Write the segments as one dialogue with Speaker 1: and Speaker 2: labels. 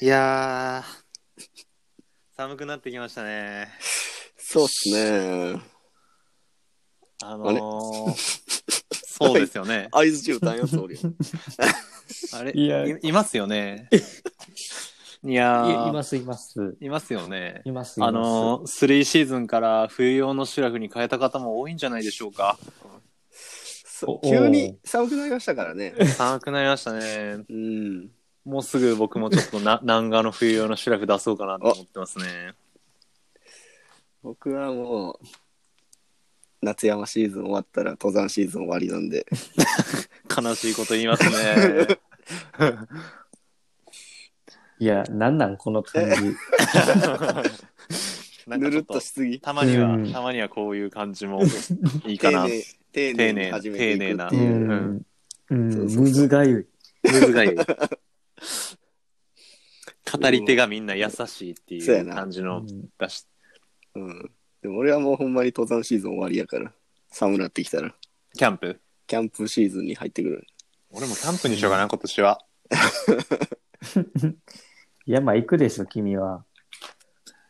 Speaker 1: いやー、寒くなってきましたね。
Speaker 2: そうっすね。
Speaker 1: あのー、そうですよ ね。
Speaker 2: 合図中断よ、 総理。
Speaker 1: あれ
Speaker 3: いや
Speaker 1: いいますよ ね。いや
Speaker 3: いやい
Speaker 1: ー、
Speaker 3: ますいます。
Speaker 1: いますよね。
Speaker 3: いますいます。
Speaker 1: あのー、3シーズンから冬用のシュラフに変えた方も多いんじゃないでしょう か。
Speaker 2: そう
Speaker 3: お
Speaker 2: 急に寒くなりましたからね。
Speaker 1: 寒くなりましたね。
Speaker 2: うん。
Speaker 1: もうすぐ僕もちょっと な南岸の冬用のシュラフ出そうかなと思ってますね。
Speaker 2: 僕はもう、夏山シーズン終わったら登山シーズン終わりなんで。
Speaker 1: 悲しいこと言いますね。
Speaker 3: いや、なんなんこの感じ。
Speaker 1: なん
Speaker 2: ぬ
Speaker 1: かち
Speaker 2: る
Speaker 1: ょっ
Speaker 2: っと
Speaker 1: と、
Speaker 2: しすぎ。
Speaker 1: たまには
Speaker 3: う、ん
Speaker 1: たまにはこういう感じもいいか
Speaker 2: 丁
Speaker 1: な。
Speaker 2: 寧、丁寧に始めていくって
Speaker 3: う
Speaker 2: い
Speaker 1: 丁
Speaker 2: う。
Speaker 3: ん。う。
Speaker 2: そうんそうそう
Speaker 3: むずがゆ
Speaker 1: 難語り手がみんな優しいって
Speaker 2: そう
Speaker 1: い
Speaker 2: や
Speaker 1: う
Speaker 2: な
Speaker 1: 感じ
Speaker 3: い。
Speaker 1: の出し、
Speaker 2: うん。でも俺はもうほんまに登山シーズン終わりやから。寒なってきたら。
Speaker 1: キャンプ
Speaker 2: キャンプシーズンに入ってくる。
Speaker 1: 俺もキャンプにしようかな、今年は。
Speaker 3: 山行くでしょ、君は。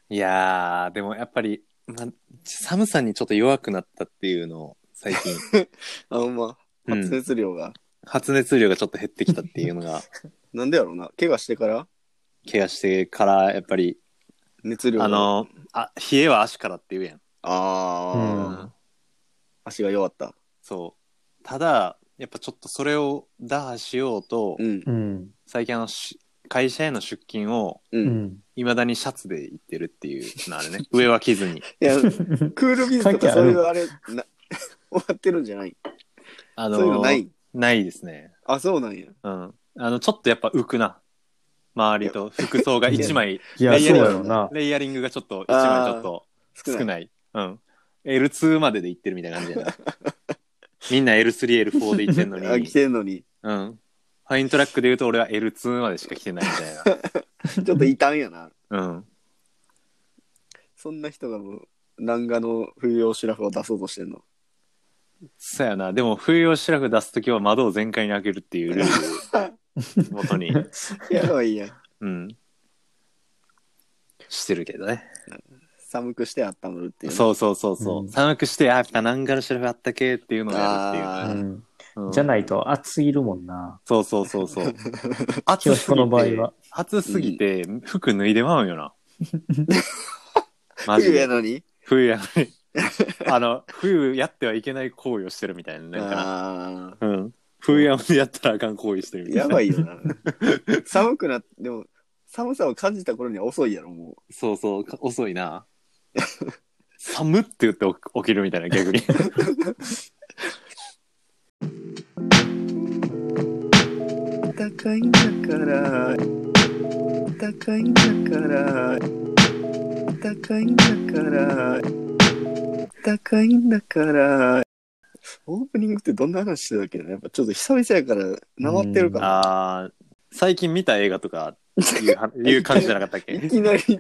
Speaker 1: いやー、でもやっぱり、ま、寒さにちょっと弱くなったっていうのを、最近、
Speaker 2: あ、ほんま。
Speaker 1: うん
Speaker 2: 発熱量が。
Speaker 1: 発熱量がちょっと減ってきたっていうのが、
Speaker 2: なんでやろうな。怪我してから
Speaker 1: 怪我してから、やっぱり、
Speaker 2: 熱量が。
Speaker 1: あの、あ、冷えは足からって言うやん。
Speaker 2: あー
Speaker 3: うん
Speaker 2: 足が弱った。
Speaker 1: そう。ただ、やっぱちょっとそれを打破しようと、
Speaker 2: うん
Speaker 3: う。ん。
Speaker 1: 最近あの、し会社への出勤を、
Speaker 2: う。
Speaker 3: うんん。
Speaker 1: いまだにシャツで行ってるっていうのあるね。上は着ずに。
Speaker 2: いや、クールビズとかそういうあれ、な 終わってるんじゃない
Speaker 1: あ
Speaker 2: そういうのない
Speaker 1: ないですね。
Speaker 2: あ、そうなんや。
Speaker 1: うん。あの、ちょっとやっぱ浮くな。周りと服装 が1枚、
Speaker 3: いや、
Speaker 1: レイヤリ
Speaker 3: そう
Speaker 1: ン
Speaker 3: や
Speaker 1: グ
Speaker 3: ろな。
Speaker 1: レイヤリングがちょっと1
Speaker 2: あ
Speaker 1: 枚
Speaker 2: ー
Speaker 1: ちょっと
Speaker 2: 少ない。
Speaker 1: 少ない。うん。L2 までで行ってるみたいな感じやな。 みんな L3、L4 で行ってんの
Speaker 2: あ、来
Speaker 1: に。
Speaker 2: てんのに、
Speaker 1: うん。ファイントラックで言うと俺は L2 までしか来てないみたい
Speaker 2: ちょっと異端やな。
Speaker 1: な。うん。
Speaker 2: そんな人がもう、南画の冬用シュラフを出そうとしてんの。
Speaker 1: そやな。でも冬用シュラフ出すときは窓を全開に開けるっていうルールを元に。
Speaker 2: やばいや
Speaker 1: う
Speaker 2: ん。
Speaker 1: ん。してるけどね。
Speaker 2: 寒くして温まるっていうね。
Speaker 1: そうそうそうそう。
Speaker 3: うん
Speaker 1: 寒くして、あ、やっぱ南からシラフあったけっていうのを
Speaker 3: う
Speaker 1: やるっていうね、
Speaker 3: ん。
Speaker 1: うん
Speaker 3: じゃないと暑すぎるもん な。
Speaker 1: そうそうそうそう。 暑
Speaker 3: 清
Speaker 1: す
Speaker 3: 彦の場合
Speaker 1: ぎて
Speaker 3: は、
Speaker 1: 暑すぎて、服脱いでまうんよ な。マジ
Speaker 2: 冬や
Speaker 1: で。
Speaker 2: のに。
Speaker 1: 冬やのに。あの、冬やってはいけない行為をしてるみたいな。なんか
Speaker 2: あ
Speaker 1: なうん。冬やのにやったらあかん行為してる
Speaker 2: ー
Speaker 1: みたい
Speaker 2: や
Speaker 1: な。
Speaker 2: ばいよな。寒くなって、でも、寒さを感じた頃には遅いやろ、も
Speaker 1: そうそう、か遅い な。寒って言って起き起きるみたいな、 逆に。
Speaker 2: う。高いんだから、高いんだから、高いんだから、高いんだから、オープニングってどんな話してたっけなやっぱちょっと久々やから、なまってるから。
Speaker 1: ああ、最近見た映画とかいうはいう感じじゃなかったっ け
Speaker 2: いきなり、いき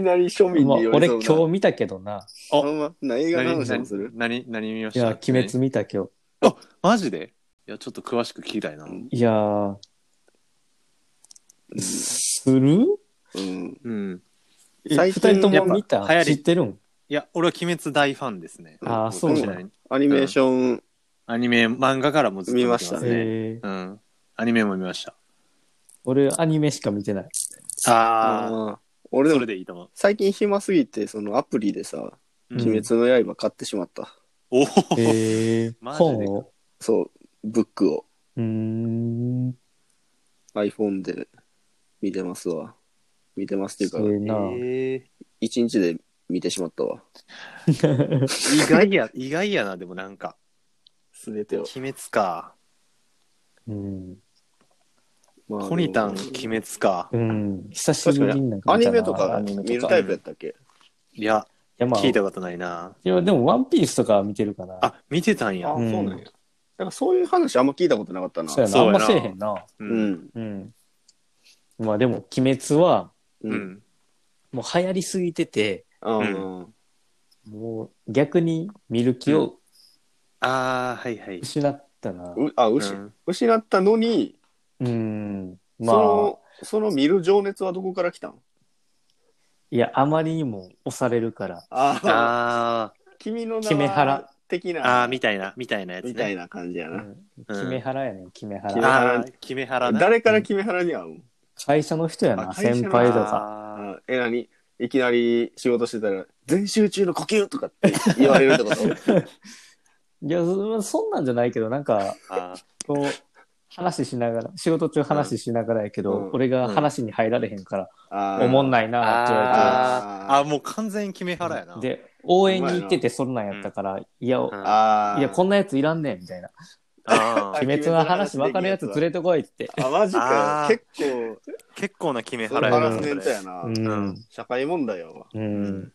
Speaker 2: なり庶民
Speaker 3: まあ
Speaker 2: に寄
Speaker 3: 俺
Speaker 2: り添うな。
Speaker 3: 今日見たけどな。
Speaker 1: 日
Speaker 2: あんまな映画の話もする
Speaker 1: 何、何見まし
Speaker 3: い
Speaker 1: た
Speaker 3: や、鬼滅見た今日。
Speaker 1: マジでいや、ちょっと詳しく聞きたいな。
Speaker 2: うん
Speaker 3: いやー、する
Speaker 2: うん。
Speaker 1: うん。
Speaker 3: え
Speaker 2: 最
Speaker 3: 二
Speaker 2: 近
Speaker 3: 人と
Speaker 2: やっ
Speaker 3: も
Speaker 2: ぱ
Speaker 3: 見た
Speaker 1: 流行
Speaker 3: 知
Speaker 1: り
Speaker 3: ってるん
Speaker 1: いや、俺は鬼滅大ファンですね。
Speaker 3: あーそう
Speaker 1: か
Speaker 2: なん
Speaker 1: もし
Speaker 2: だ
Speaker 1: れない
Speaker 2: アニメーション、
Speaker 1: アニメ、漫画からもずっとてす
Speaker 2: 見ました
Speaker 1: ね。
Speaker 3: えー
Speaker 1: うん。アニメも見ました。
Speaker 3: 俺アニメしか見て ない。
Speaker 1: ああ、
Speaker 2: ああ、俺
Speaker 1: そ
Speaker 2: で
Speaker 1: れ
Speaker 2: も
Speaker 1: でいいと思
Speaker 2: 最近暇すぎて、そのアプリでさ、
Speaker 1: う。うん
Speaker 2: 鬼滅の刃買ってしまった。
Speaker 1: おお、
Speaker 3: えー、
Speaker 1: マジで
Speaker 3: 本を。
Speaker 2: そう、ブックを
Speaker 3: うーん。
Speaker 2: iPhone で見てますわ。見てますっていうか
Speaker 3: そう、いうな。
Speaker 1: え
Speaker 2: 一日で見てしまったわ。
Speaker 1: ー意外や、意外やな、でもなんか。
Speaker 2: すべてを
Speaker 1: 鬼。滅か。
Speaker 3: うん。
Speaker 2: まあ
Speaker 1: コニタン、
Speaker 2: でも
Speaker 1: 鬼滅か。
Speaker 3: うん。久し
Speaker 2: 確
Speaker 3: ぶ
Speaker 2: か
Speaker 3: りにな
Speaker 2: に
Speaker 3: ん、か
Speaker 2: アニ
Speaker 3: 見たな
Speaker 2: メとか見るタイプやったっけ
Speaker 1: いや、
Speaker 3: いや、まあ、
Speaker 1: 聞いたことないな。
Speaker 3: いやでも、ワンピースとかは見てるかな。
Speaker 1: あ、見てたん
Speaker 2: あ
Speaker 1: や
Speaker 2: あ、。
Speaker 3: うん
Speaker 2: そうなんや。だからそういう話あんま聞いたことなかったな。
Speaker 3: そうやな。
Speaker 1: そう
Speaker 3: あ
Speaker 1: や
Speaker 3: ん
Speaker 1: な
Speaker 3: ませえへんな。
Speaker 1: う
Speaker 2: う。ん。
Speaker 3: うん。まあでも、鬼滅は、
Speaker 2: う。
Speaker 1: うんん。
Speaker 3: もう流行りすぎてて、
Speaker 2: ああ
Speaker 3: もう逆に見る気を
Speaker 1: ああ、はいはい。
Speaker 3: 失ったな。
Speaker 2: うあ、失
Speaker 1: うん
Speaker 2: 失ったのに、
Speaker 3: うん。
Speaker 2: そ
Speaker 3: まあ
Speaker 2: の、その見る情熱はどこから来たん
Speaker 3: いや、あまりにも押されるから、
Speaker 2: ああ、
Speaker 1: あ
Speaker 2: 君の
Speaker 3: キメ
Speaker 2: 名
Speaker 3: ハラ
Speaker 2: は的
Speaker 1: ーあ
Speaker 2: な
Speaker 1: ー、みたいな、みたいなやつね。
Speaker 2: みたいな感じや
Speaker 3: う
Speaker 2: な。
Speaker 3: ん
Speaker 1: うん
Speaker 3: 決め腹やねん、決め
Speaker 2: 決め
Speaker 3: 腹。
Speaker 2: 腹
Speaker 1: ああ、決め腹な。
Speaker 2: 誰からキメハラに合う
Speaker 3: 会社の人やな、
Speaker 2: あ会社の
Speaker 3: 先
Speaker 2: 人
Speaker 3: 輩とか。
Speaker 1: あ
Speaker 2: んえ、なにいきなり仕事してたら、全集中の呼吸とかって言われるって こと
Speaker 3: いや、そそんなんじゃないけど、なんか、
Speaker 1: ーあー
Speaker 3: こう、話しながら、仕事中話しながらやけど、
Speaker 2: うん
Speaker 3: 俺が話に入られへんから、
Speaker 2: あ
Speaker 3: おもん
Speaker 2: い。
Speaker 3: ないなって言わ
Speaker 1: あーあー、もう完全に決め腹
Speaker 3: れ
Speaker 1: や
Speaker 3: て、
Speaker 1: な。
Speaker 3: で、応援に行っててそんなんやったから、いや、
Speaker 1: うん、あ
Speaker 2: ああ。
Speaker 3: いや、こんなやついらんねん、みたいな。
Speaker 1: あー
Speaker 3: 鬼滅の話分かるやつ連れてこいって。
Speaker 2: あ、マジか
Speaker 1: あ。ー
Speaker 2: 結構、
Speaker 1: 結構な決め
Speaker 2: それ
Speaker 1: 腹や
Speaker 2: ハラ
Speaker 1: な。
Speaker 2: スメントやな。
Speaker 3: うん。
Speaker 2: 社会問題やわ。
Speaker 3: うん。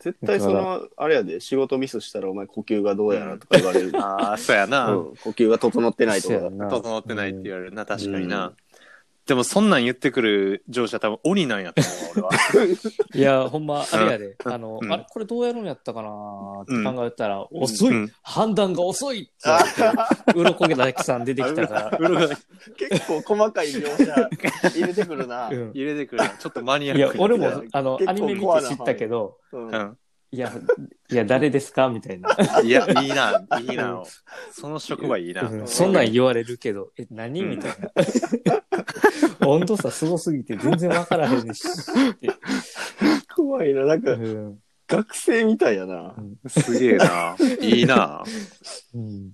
Speaker 2: 絶対その、あれやで、仕事ミスしたらお前呼吸がどうやらとか言わ れる。うん
Speaker 1: ああ、そうやな。
Speaker 2: 呼吸が整ってないと
Speaker 3: そうや
Speaker 2: か。
Speaker 3: な
Speaker 1: 整ってないって言われるな、確かにな。
Speaker 2: うん
Speaker 1: でもそんなん言ってくる上司は多分鬼なんやと思う、俺は。
Speaker 3: いや、ほんま、あれやで、あの、
Speaker 1: うん
Speaker 3: あれ、これどうやるんやったかなーって考えたら、遅
Speaker 1: う
Speaker 3: い
Speaker 1: ん
Speaker 3: 判断が遅いって言われて、うろこげたきさん出てきたから、
Speaker 2: 結構細かい描写入れてくるな。
Speaker 3: うん
Speaker 1: 入れてくるな。ちょっとマニアッ
Speaker 3: い
Speaker 1: ク
Speaker 3: や、俺
Speaker 2: いや
Speaker 3: も、あの、
Speaker 2: 結構
Speaker 3: アニメ見て知ったけど、
Speaker 2: うん
Speaker 1: うん
Speaker 3: いや、いや、誰ですかみたいな。
Speaker 1: い や、いいな、いいな。その職場いいな。
Speaker 3: うんそんなん言われるけど、え、何みたいな。温度差すごすぎて全然わからへんし。
Speaker 2: 怖いな。なん
Speaker 3: う
Speaker 2: か、
Speaker 3: ん
Speaker 2: 学生みたいやな。
Speaker 1: すげえな。いいな。
Speaker 3: うん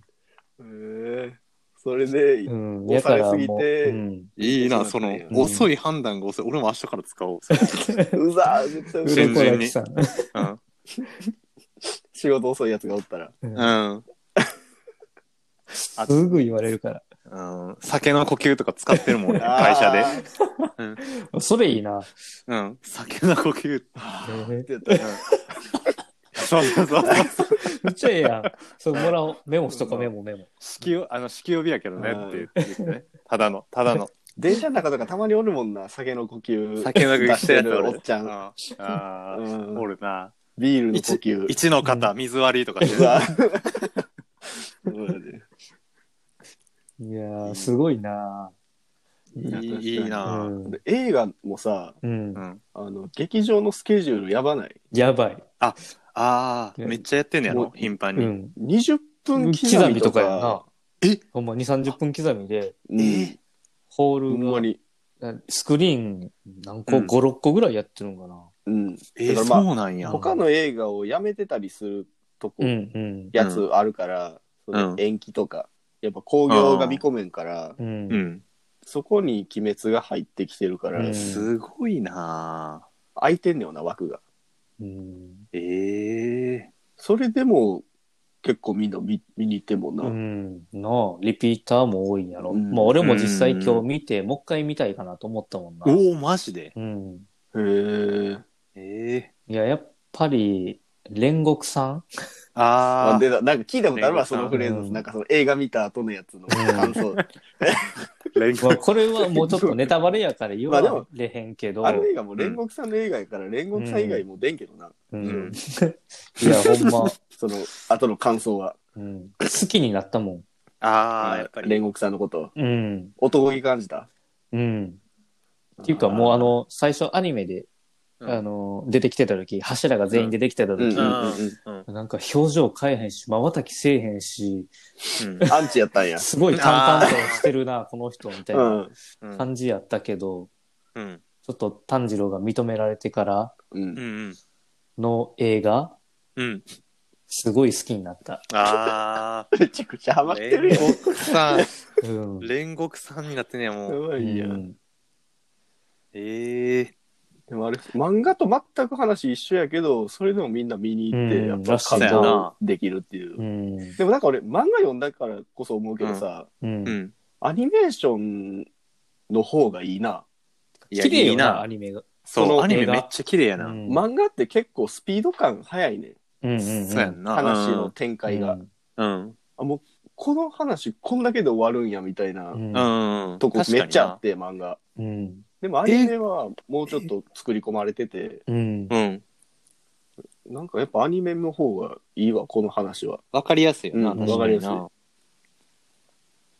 Speaker 2: へえそれで、
Speaker 3: うん。
Speaker 2: 押
Speaker 3: や
Speaker 2: さ
Speaker 3: か
Speaker 2: れ
Speaker 3: ら
Speaker 2: すぎ
Speaker 3: もう、
Speaker 2: て
Speaker 3: うん
Speaker 1: いいな、その、
Speaker 2: うん
Speaker 1: 遅い判断が遅い。俺も明日から使おう。
Speaker 2: うざー、絶対う
Speaker 3: う
Speaker 2: ざい
Speaker 1: 全
Speaker 3: ろこ
Speaker 1: 然
Speaker 3: だきさん。
Speaker 1: うん。
Speaker 2: 仕事遅いやつがおったら。
Speaker 1: うん。
Speaker 3: すぐ言われるから。
Speaker 1: うん、酒の呼吸とか使ってるもん、ね、 会社で。
Speaker 2: で。
Speaker 3: それいいな。
Speaker 1: うん。酒の呼吸。
Speaker 3: め
Speaker 2: って言ったら
Speaker 1: そうそうそう。
Speaker 3: っちゃええやん。そう、もらおう。メモしとこう、メモ、メモ。
Speaker 1: 酒を、あの、酒呼びやけどねって言ってね。ただの、ただの。
Speaker 2: 電車の中とかたまにおるもんな、酒の呼吸。
Speaker 1: 酒の呼吸してるやつ
Speaker 2: る
Speaker 1: 俺
Speaker 2: おっちゃん。
Speaker 1: ああ
Speaker 2: う、ん
Speaker 1: おるな。
Speaker 2: ビールの呼吸。
Speaker 1: 一の方、水割りとかして
Speaker 2: う
Speaker 1: る。
Speaker 2: わそうやで
Speaker 3: いやー、すごいない
Speaker 1: いいいな。
Speaker 3: うん
Speaker 2: で映画もさ、
Speaker 3: うん
Speaker 1: う。ん。
Speaker 2: あの、劇場のスケジュールやばない。
Speaker 3: やばい。
Speaker 1: ああ、めっちゃやってんねやろ、頻繁
Speaker 3: う
Speaker 1: に。
Speaker 3: ん。
Speaker 2: 20分
Speaker 3: 刻
Speaker 2: 刻
Speaker 3: み
Speaker 2: み
Speaker 3: と
Speaker 2: と
Speaker 3: か
Speaker 2: か。
Speaker 3: やんな。
Speaker 1: え
Speaker 3: ほんま、2、30分刻みで、
Speaker 2: うん
Speaker 1: え
Speaker 3: ホー
Speaker 2: ほんま
Speaker 3: ル
Speaker 2: に。
Speaker 3: が、スクリーン何個、
Speaker 1: うん
Speaker 3: 5、6個ぐらいやってるんかな。
Speaker 2: うん。
Speaker 1: え、
Speaker 2: だからまあ
Speaker 1: そうなんや。
Speaker 2: 他の映画をやめてたりするとこ、
Speaker 3: うん、うん。
Speaker 2: やつあるから、
Speaker 1: ん
Speaker 2: その延期とか。やっぱ興行が見込めんから、
Speaker 3: うん
Speaker 1: う。ん。
Speaker 2: そこに鬼滅が入ってきてるから、
Speaker 3: うん
Speaker 1: すごいな。
Speaker 2: 空いてんねよな、枠が。
Speaker 3: うん
Speaker 1: ええ。
Speaker 2: それでも、結構みんな見見に行ってんもんな。
Speaker 3: うん、のリピーターも多いんやろ。
Speaker 2: うん
Speaker 3: まあ俺も実際今日見て、もう一回見たいかなと思ったもんな。
Speaker 1: おお、マジで。
Speaker 3: うん。
Speaker 2: へえ。
Speaker 1: ええ。
Speaker 3: いや、やっぱり、煉獄さん
Speaker 1: あ
Speaker 2: な
Speaker 1: あ
Speaker 2: ん。でだ、なんか聞いたことあるわ、
Speaker 1: 映画さ
Speaker 2: そ
Speaker 1: ん
Speaker 2: のフレーズ。
Speaker 3: うん
Speaker 2: なんかその映画見た後のやつの感想。
Speaker 1: 連
Speaker 3: まあこれはもうちょっとネタバレやから言わ
Speaker 2: まあでも
Speaker 3: れへんけど。
Speaker 2: あの映画も煉獄さんの映画やから、煉獄さん以外も出んけどな。
Speaker 3: うん
Speaker 1: うん
Speaker 3: いや、ほんま、
Speaker 2: その後の感想は。
Speaker 3: うん、好きになったも
Speaker 1: ああ、やっぱり。
Speaker 2: 煉獄さんのこと。
Speaker 3: ん。うん。
Speaker 2: 男気感じた。
Speaker 3: うん。っていうかもうあの、最初アニメで、
Speaker 1: うん
Speaker 3: あの、出てきてた時、柱が全員出てきてた
Speaker 2: うん、うん
Speaker 3: 時、
Speaker 2: うん
Speaker 1: うん
Speaker 3: なんか表情変えへんし、瞬きせえへんし、
Speaker 1: うん
Speaker 2: うん。アンチやったんや。
Speaker 3: すごい淡々としてるな、この人みたいうな。
Speaker 2: ん。
Speaker 3: 感じやったけど、
Speaker 1: うん
Speaker 3: ちょっと炭治郎が認められてから
Speaker 2: うん
Speaker 1: う。ん
Speaker 3: の映画、
Speaker 1: うん
Speaker 3: すごい好きになった。
Speaker 1: ああ
Speaker 2: めちゃくちゃハマってる
Speaker 1: 煉
Speaker 2: やん。
Speaker 1: 獄さん
Speaker 3: うん。
Speaker 1: 煉獄さんになってんねやも
Speaker 2: や
Speaker 1: う
Speaker 2: ばいや。
Speaker 3: うんん
Speaker 1: ええ
Speaker 2: でもあれ、漫画と全く話一緒やけど、それでもみんな見に行っ
Speaker 3: うん
Speaker 2: て、やっぱ
Speaker 3: そう
Speaker 1: や
Speaker 2: 感
Speaker 1: な
Speaker 2: 動できるっていうう。
Speaker 3: ん。
Speaker 2: でもなんか俺、漫画読んだからこそ思うけどさ、
Speaker 3: うん
Speaker 1: う。ん
Speaker 2: アニメーションの方がいいな。
Speaker 1: いや
Speaker 3: 綺麗
Speaker 1: いい
Speaker 3: よな、
Speaker 1: な
Speaker 3: アニメが。
Speaker 1: そ
Speaker 2: そ
Speaker 1: う
Speaker 2: の
Speaker 1: アニメ
Speaker 3: 映画
Speaker 1: めっちゃ綺麗や
Speaker 3: う
Speaker 1: なん
Speaker 2: 漫画って結構スピード感速いね
Speaker 3: うんうんうん。
Speaker 1: そうやんな
Speaker 2: 話の展開が、
Speaker 1: うん
Speaker 2: この話こんだけで終わるんやみたいな
Speaker 1: う
Speaker 3: うん。うん
Speaker 1: んうん
Speaker 2: とこ
Speaker 1: 確かに
Speaker 2: め
Speaker 1: な
Speaker 2: っちゃあって漫画
Speaker 3: うん。
Speaker 2: でもアニメはもうちょっと作り込まれてて
Speaker 3: うん。
Speaker 1: うん
Speaker 2: なんかやっぱアニメの方がいいわこの話は
Speaker 1: わかりやすいよな
Speaker 2: うん
Speaker 1: 確に
Speaker 2: わかりやすい
Speaker 1: な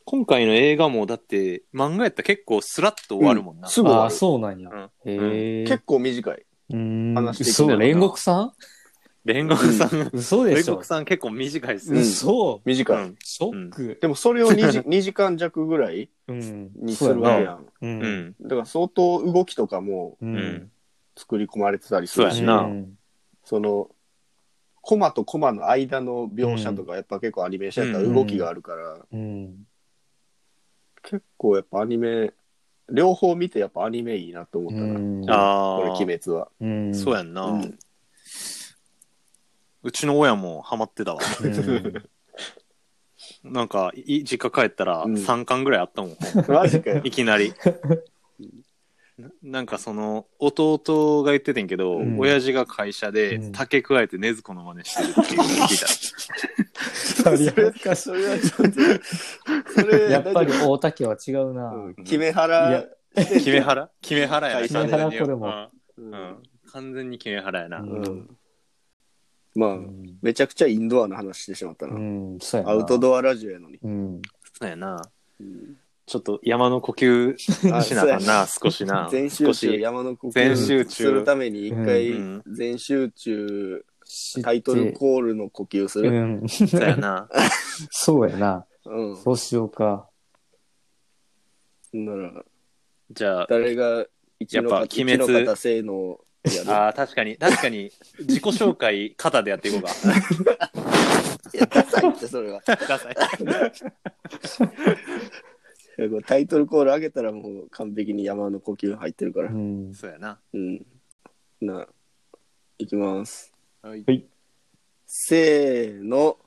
Speaker 1: 今回の映画もだって漫画やったら結構スラッと終わるもんな。
Speaker 2: うんすぐ終わる
Speaker 3: ああ、そうなんや。
Speaker 1: うん
Speaker 3: へえ。
Speaker 2: 結構短い。
Speaker 3: うん
Speaker 2: 話的な
Speaker 3: 嘘、煉獄さ
Speaker 1: 煉獄さん、
Speaker 3: ん嘘で
Speaker 1: 煉
Speaker 3: しょ
Speaker 1: 獄。さん結構短いです
Speaker 2: ん
Speaker 1: ね。
Speaker 3: 嘘、
Speaker 1: う
Speaker 2: 短い。
Speaker 1: ん
Speaker 3: ショック。
Speaker 2: でもそれを 2, 時2時間弱ぐらい
Speaker 3: うん。
Speaker 2: にするわけやん。
Speaker 3: そうや
Speaker 1: う
Speaker 3: な。うん。
Speaker 1: ん。
Speaker 2: だから相当動きとかも
Speaker 3: う
Speaker 1: うん
Speaker 3: ん。
Speaker 2: 作り込まれてたりする
Speaker 1: そ
Speaker 2: し、
Speaker 1: うやな
Speaker 3: うん
Speaker 2: その、コマとコマの間の描写とか、やっぱ結構アニメーションやったら動きがあるから、
Speaker 3: うん。
Speaker 2: 結構やっぱアニメ、両方見てやっぱアニメいいなと思ったな。
Speaker 3: うん
Speaker 1: ああ。
Speaker 2: これ、鬼滅は。
Speaker 3: うん。
Speaker 1: そうやんな、う
Speaker 2: うん
Speaker 1: ちの親もハマってたわ。
Speaker 3: うん。
Speaker 1: なんか、い実家帰ったら
Speaker 2: うん
Speaker 1: 3巻ぐらいあったもん。
Speaker 2: マジかよ。
Speaker 1: いきなり。ななんかその、弟が言っててんけど、
Speaker 3: うん
Speaker 1: 親父が会社で
Speaker 3: うん
Speaker 1: 竹加えて禰豆子の真似してるっていうのを聞い た。
Speaker 3: それ恥ずかし
Speaker 2: それはちょっと、それ、
Speaker 3: い やっぱり大竹は違うな。
Speaker 2: うんキメハラ、
Speaker 1: キメハラキメハラやな。
Speaker 2: キメ
Speaker 3: ハ
Speaker 1: 完全
Speaker 3: ラ
Speaker 1: に
Speaker 3: これも
Speaker 2: う
Speaker 1: うんんうん完全にキメハラやな。
Speaker 3: う
Speaker 2: うんまあ、
Speaker 3: うん
Speaker 2: めちゃくちゃインドアの話してしまったな。
Speaker 3: うん、そうやな。
Speaker 2: アウトドアラジオやのに。
Speaker 3: うん。
Speaker 1: そうやな。ちょっと山の呼吸
Speaker 2: あ
Speaker 1: しなあかんな、少し な。
Speaker 2: 全集
Speaker 1: 少
Speaker 2: 中、
Speaker 1: し。
Speaker 2: 山の呼
Speaker 1: 全集
Speaker 2: 吸
Speaker 1: 中
Speaker 2: するために一回
Speaker 1: うん、
Speaker 2: 全集中、
Speaker 3: 知って
Speaker 2: タイトルコールの呼吸す
Speaker 3: う
Speaker 2: る。
Speaker 3: ん。
Speaker 1: そうや な。
Speaker 3: そうやな。
Speaker 2: うん。
Speaker 3: そうしようか。
Speaker 2: なら、
Speaker 1: じゃあ、
Speaker 2: 誰が一の
Speaker 1: やっぱ
Speaker 2: 方、
Speaker 1: 鬼
Speaker 2: 一
Speaker 1: 滅
Speaker 2: の方性能 やる。
Speaker 1: ああ、確かに、確かに、自己紹介、肩でやっていこうか。
Speaker 2: いや、ダサいって、そ れは。
Speaker 1: ダサい。
Speaker 2: タイトルコール上げたらもう完璧に山の呼吸入ってるから
Speaker 3: う。ん。
Speaker 1: そうやな。
Speaker 2: うん。な、いきます。
Speaker 1: はい
Speaker 3: はい
Speaker 2: せーの。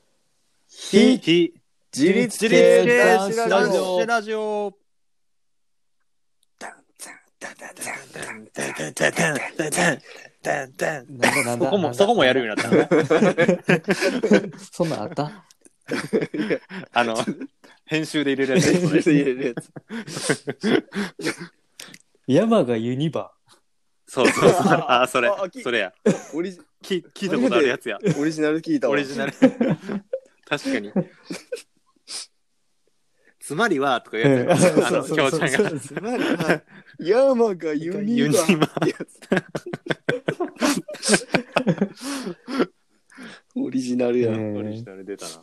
Speaker 1: ひ、
Speaker 2: 非
Speaker 1: ひ、
Speaker 2: 自立
Speaker 1: 自立
Speaker 2: 系
Speaker 1: 系
Speaker 2: 男
Speaker 1: 男
Speaker 2: 子
Speaker 1: 子
Speaker 2: ラ
Speaker 1: ラ
Speaker 2: ジ
Speaker 1: ジ
Speaker 2: オ
Speaker 1: オ。ラジオ
Speaker 3: なんだなん
Speaker 1: そ
Speaker 3: だ。
Speaker 1: こも、
Speaker 3: なんだ
Speaker 1: そこもやるようになった。
Speaker 3: そんなんあった
Speaker 1: あの、編集で入れるやつ。
Speaker 3: 山がユニバ。
Speaker 1: そうそうそう。 ああ、それ
Speaker 2: ああき、
Speaker 1: それや。
Speaker 2: オリジ
Speaker 1: き聞いたことあるやつや。
Speaker 2: オリジナル聞いたわ
Speaker 1: オリ ジナル。確かに。つまりは、とか言うやつやな。あの、きょうちゃんが。
Speaker 2: つまりは山がユニ
Speaker 1: ユニ
Speaker 2: バー
Speaker 1: バ
Speaker 2: オリジナルやん、
Speaker 3: ね
Speaker 1: オリジナル出たな。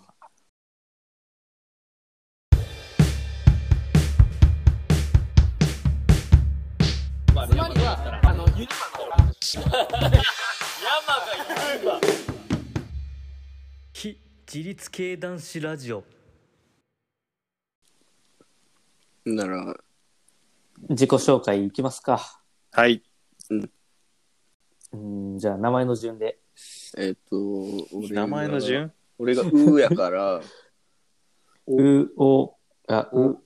Speaker 3: 非自立系男子ラジオ。
Speaker 2: なら
Speaker 3: 自己紹介いきますか。
Speaker 1: はい。
Speaker 3: うん、じゃあ名前の順で。
Speaker 2: えっ、と俺が
Speaker 1: 名前の順
Speaker 2: 俺が「う」やから
Speaker 3: う、お、あ、う、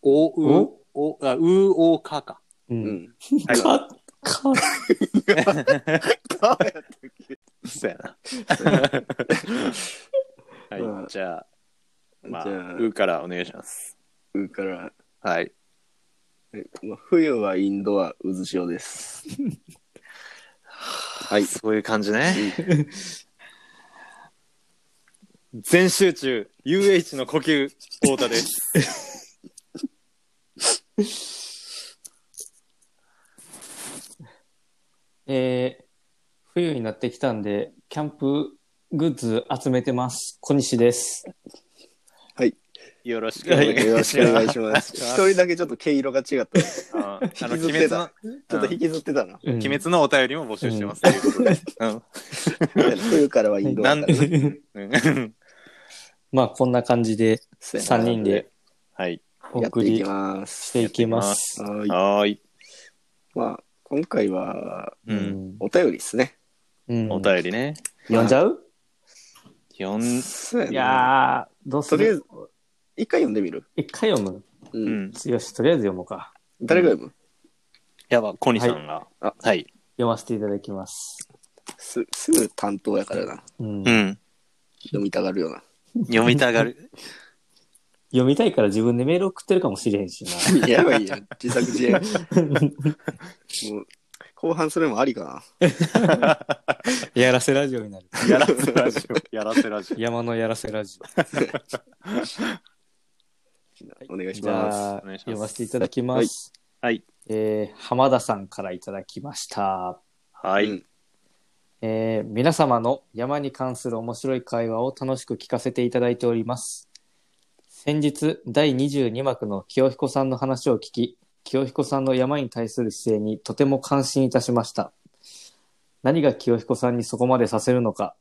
Speaker 1: お、う、お、あ、う、お、かか。
Speaker 2: 「
Speaker 3: う。
Speaker 2: うんん」
Speaker 1: はい
Speaker 3: か、か、
Speaker 2: かやったっけ
Speaker 1: そうやな。はい、
Speaker 2: うん
Speaker 1: じゃあ、まあ、
Speaker 2: じゃあ
Speaker 1: うからお願いします。
Speaker 2: 「う」から
Speaker 1: はい。
Speaker 2: えまあ冬はインドア渦潮ですはい
Speaker 1: そういう感じね。全集中、UH の呼吸、太田です。
Speaker 3: えー、冬になってきたんで、キャンプグッズ集めてます。小西です。
Speaker 1: よろしくお願いし
Speaker 2: よろ
Speaker 1: ま
Speaker 2: し
Speaker 1: す。
Speaker 2: くお願いします
Speaker 1: お 願いします
Speaker 2: 一人だけちょっと毛色が違ったち
Speaker 1: うんあの、
Speaker 2: 引き
Speaker 1: 鬼
Speaker 2: ずって
Speaker 1: 滅
Speaker 2: た
Speaker 1: の、
Speaker 2: ょっと引きずってたな
Speaker 3: うん
Speaker 1: 鬼滅のお便りも募集してます。ということでうん
Speaker 2: 冬からはインドア
Speaker 1: なん
Speaker 2: か
Speaker 1: で
Speaker 2: ら
Speaker 1: うん。
Speaker 3: まあ、こんな感じで、
Speaker 2: そうやな
Speaker 3: 3人で
Speaker 1: はい。
Speaker 3: お
Speaker 2: やっ
Speaker 3: 送
Speaker 2: てい
Speaker 3: り
Speaker 2: きます
Speaker 3: していきます。
Speaker 2: はい
Speaker 1: はーい。
Speaker 2: まあ今回は
Speaker 1: う。
Speaker 3: うんん
Speaker 2: お便りですね
Speaker 3: うん
Speaker 1: お便りね。
Speaker 3: 読んじゃう
Speaker 1: 読ん、
Speaker 2: そうやない
Speaker 3: やー、どうす
Speaker 2: とりあえ
Speaker 3: る
Speaker 2: ず一回読んでみる、
Speaker 3: 一回読む。
Speaker 2: う、
Speaker 1: うんん。
Speaker 3: よし、とりあえず読もうか。
Speaker 2: 誰が読む
Speaker 1: やば、小西さんが。
Speaker 2: あ
Speaker 1: はい。
Speaker 3: 読ませていただきます。
Speaker 2: すすぐ担当やからな
Speaker 3: うん
Speaker 1: うん。
Speaker 2: 読みたがるよな
Speaker 1: 読みたがる。
Speaker 3: 読みたいから自分でメール送ってるかもしれへんしな。
Speaker 2: やばいや ん自作自演もう後半それもありか
Speaker 3: やらせラジオになる。
Speaker 1: やらせラジオ。やらせラジ
Speaker 3: 山のやらせラジオ。
Speaker 2: しいな
Speaker 3: はい。
Speaker 2: お願いし
Speaker 3: じ
Speaker 2: ま
Speaker 3: ゃあ
Speaker 1: お願いします
Speaker 3: 読ませていただきます。
Speaker 1: はい
Speaker 3: えー浜田さんからいただきました。
Speaker 1: は
Speaker 2: う
Speaker 1: い
Speaker 2: ん。
Speaker 3: えー皆様の山に関する面白い会話を楽しく聞かせていただいております。先日、第22幕の清彦さんの話を聞き、清彦さんの山に対する姿勢にとても感心いたしました。何が清彦さんにそこまでさせるのか、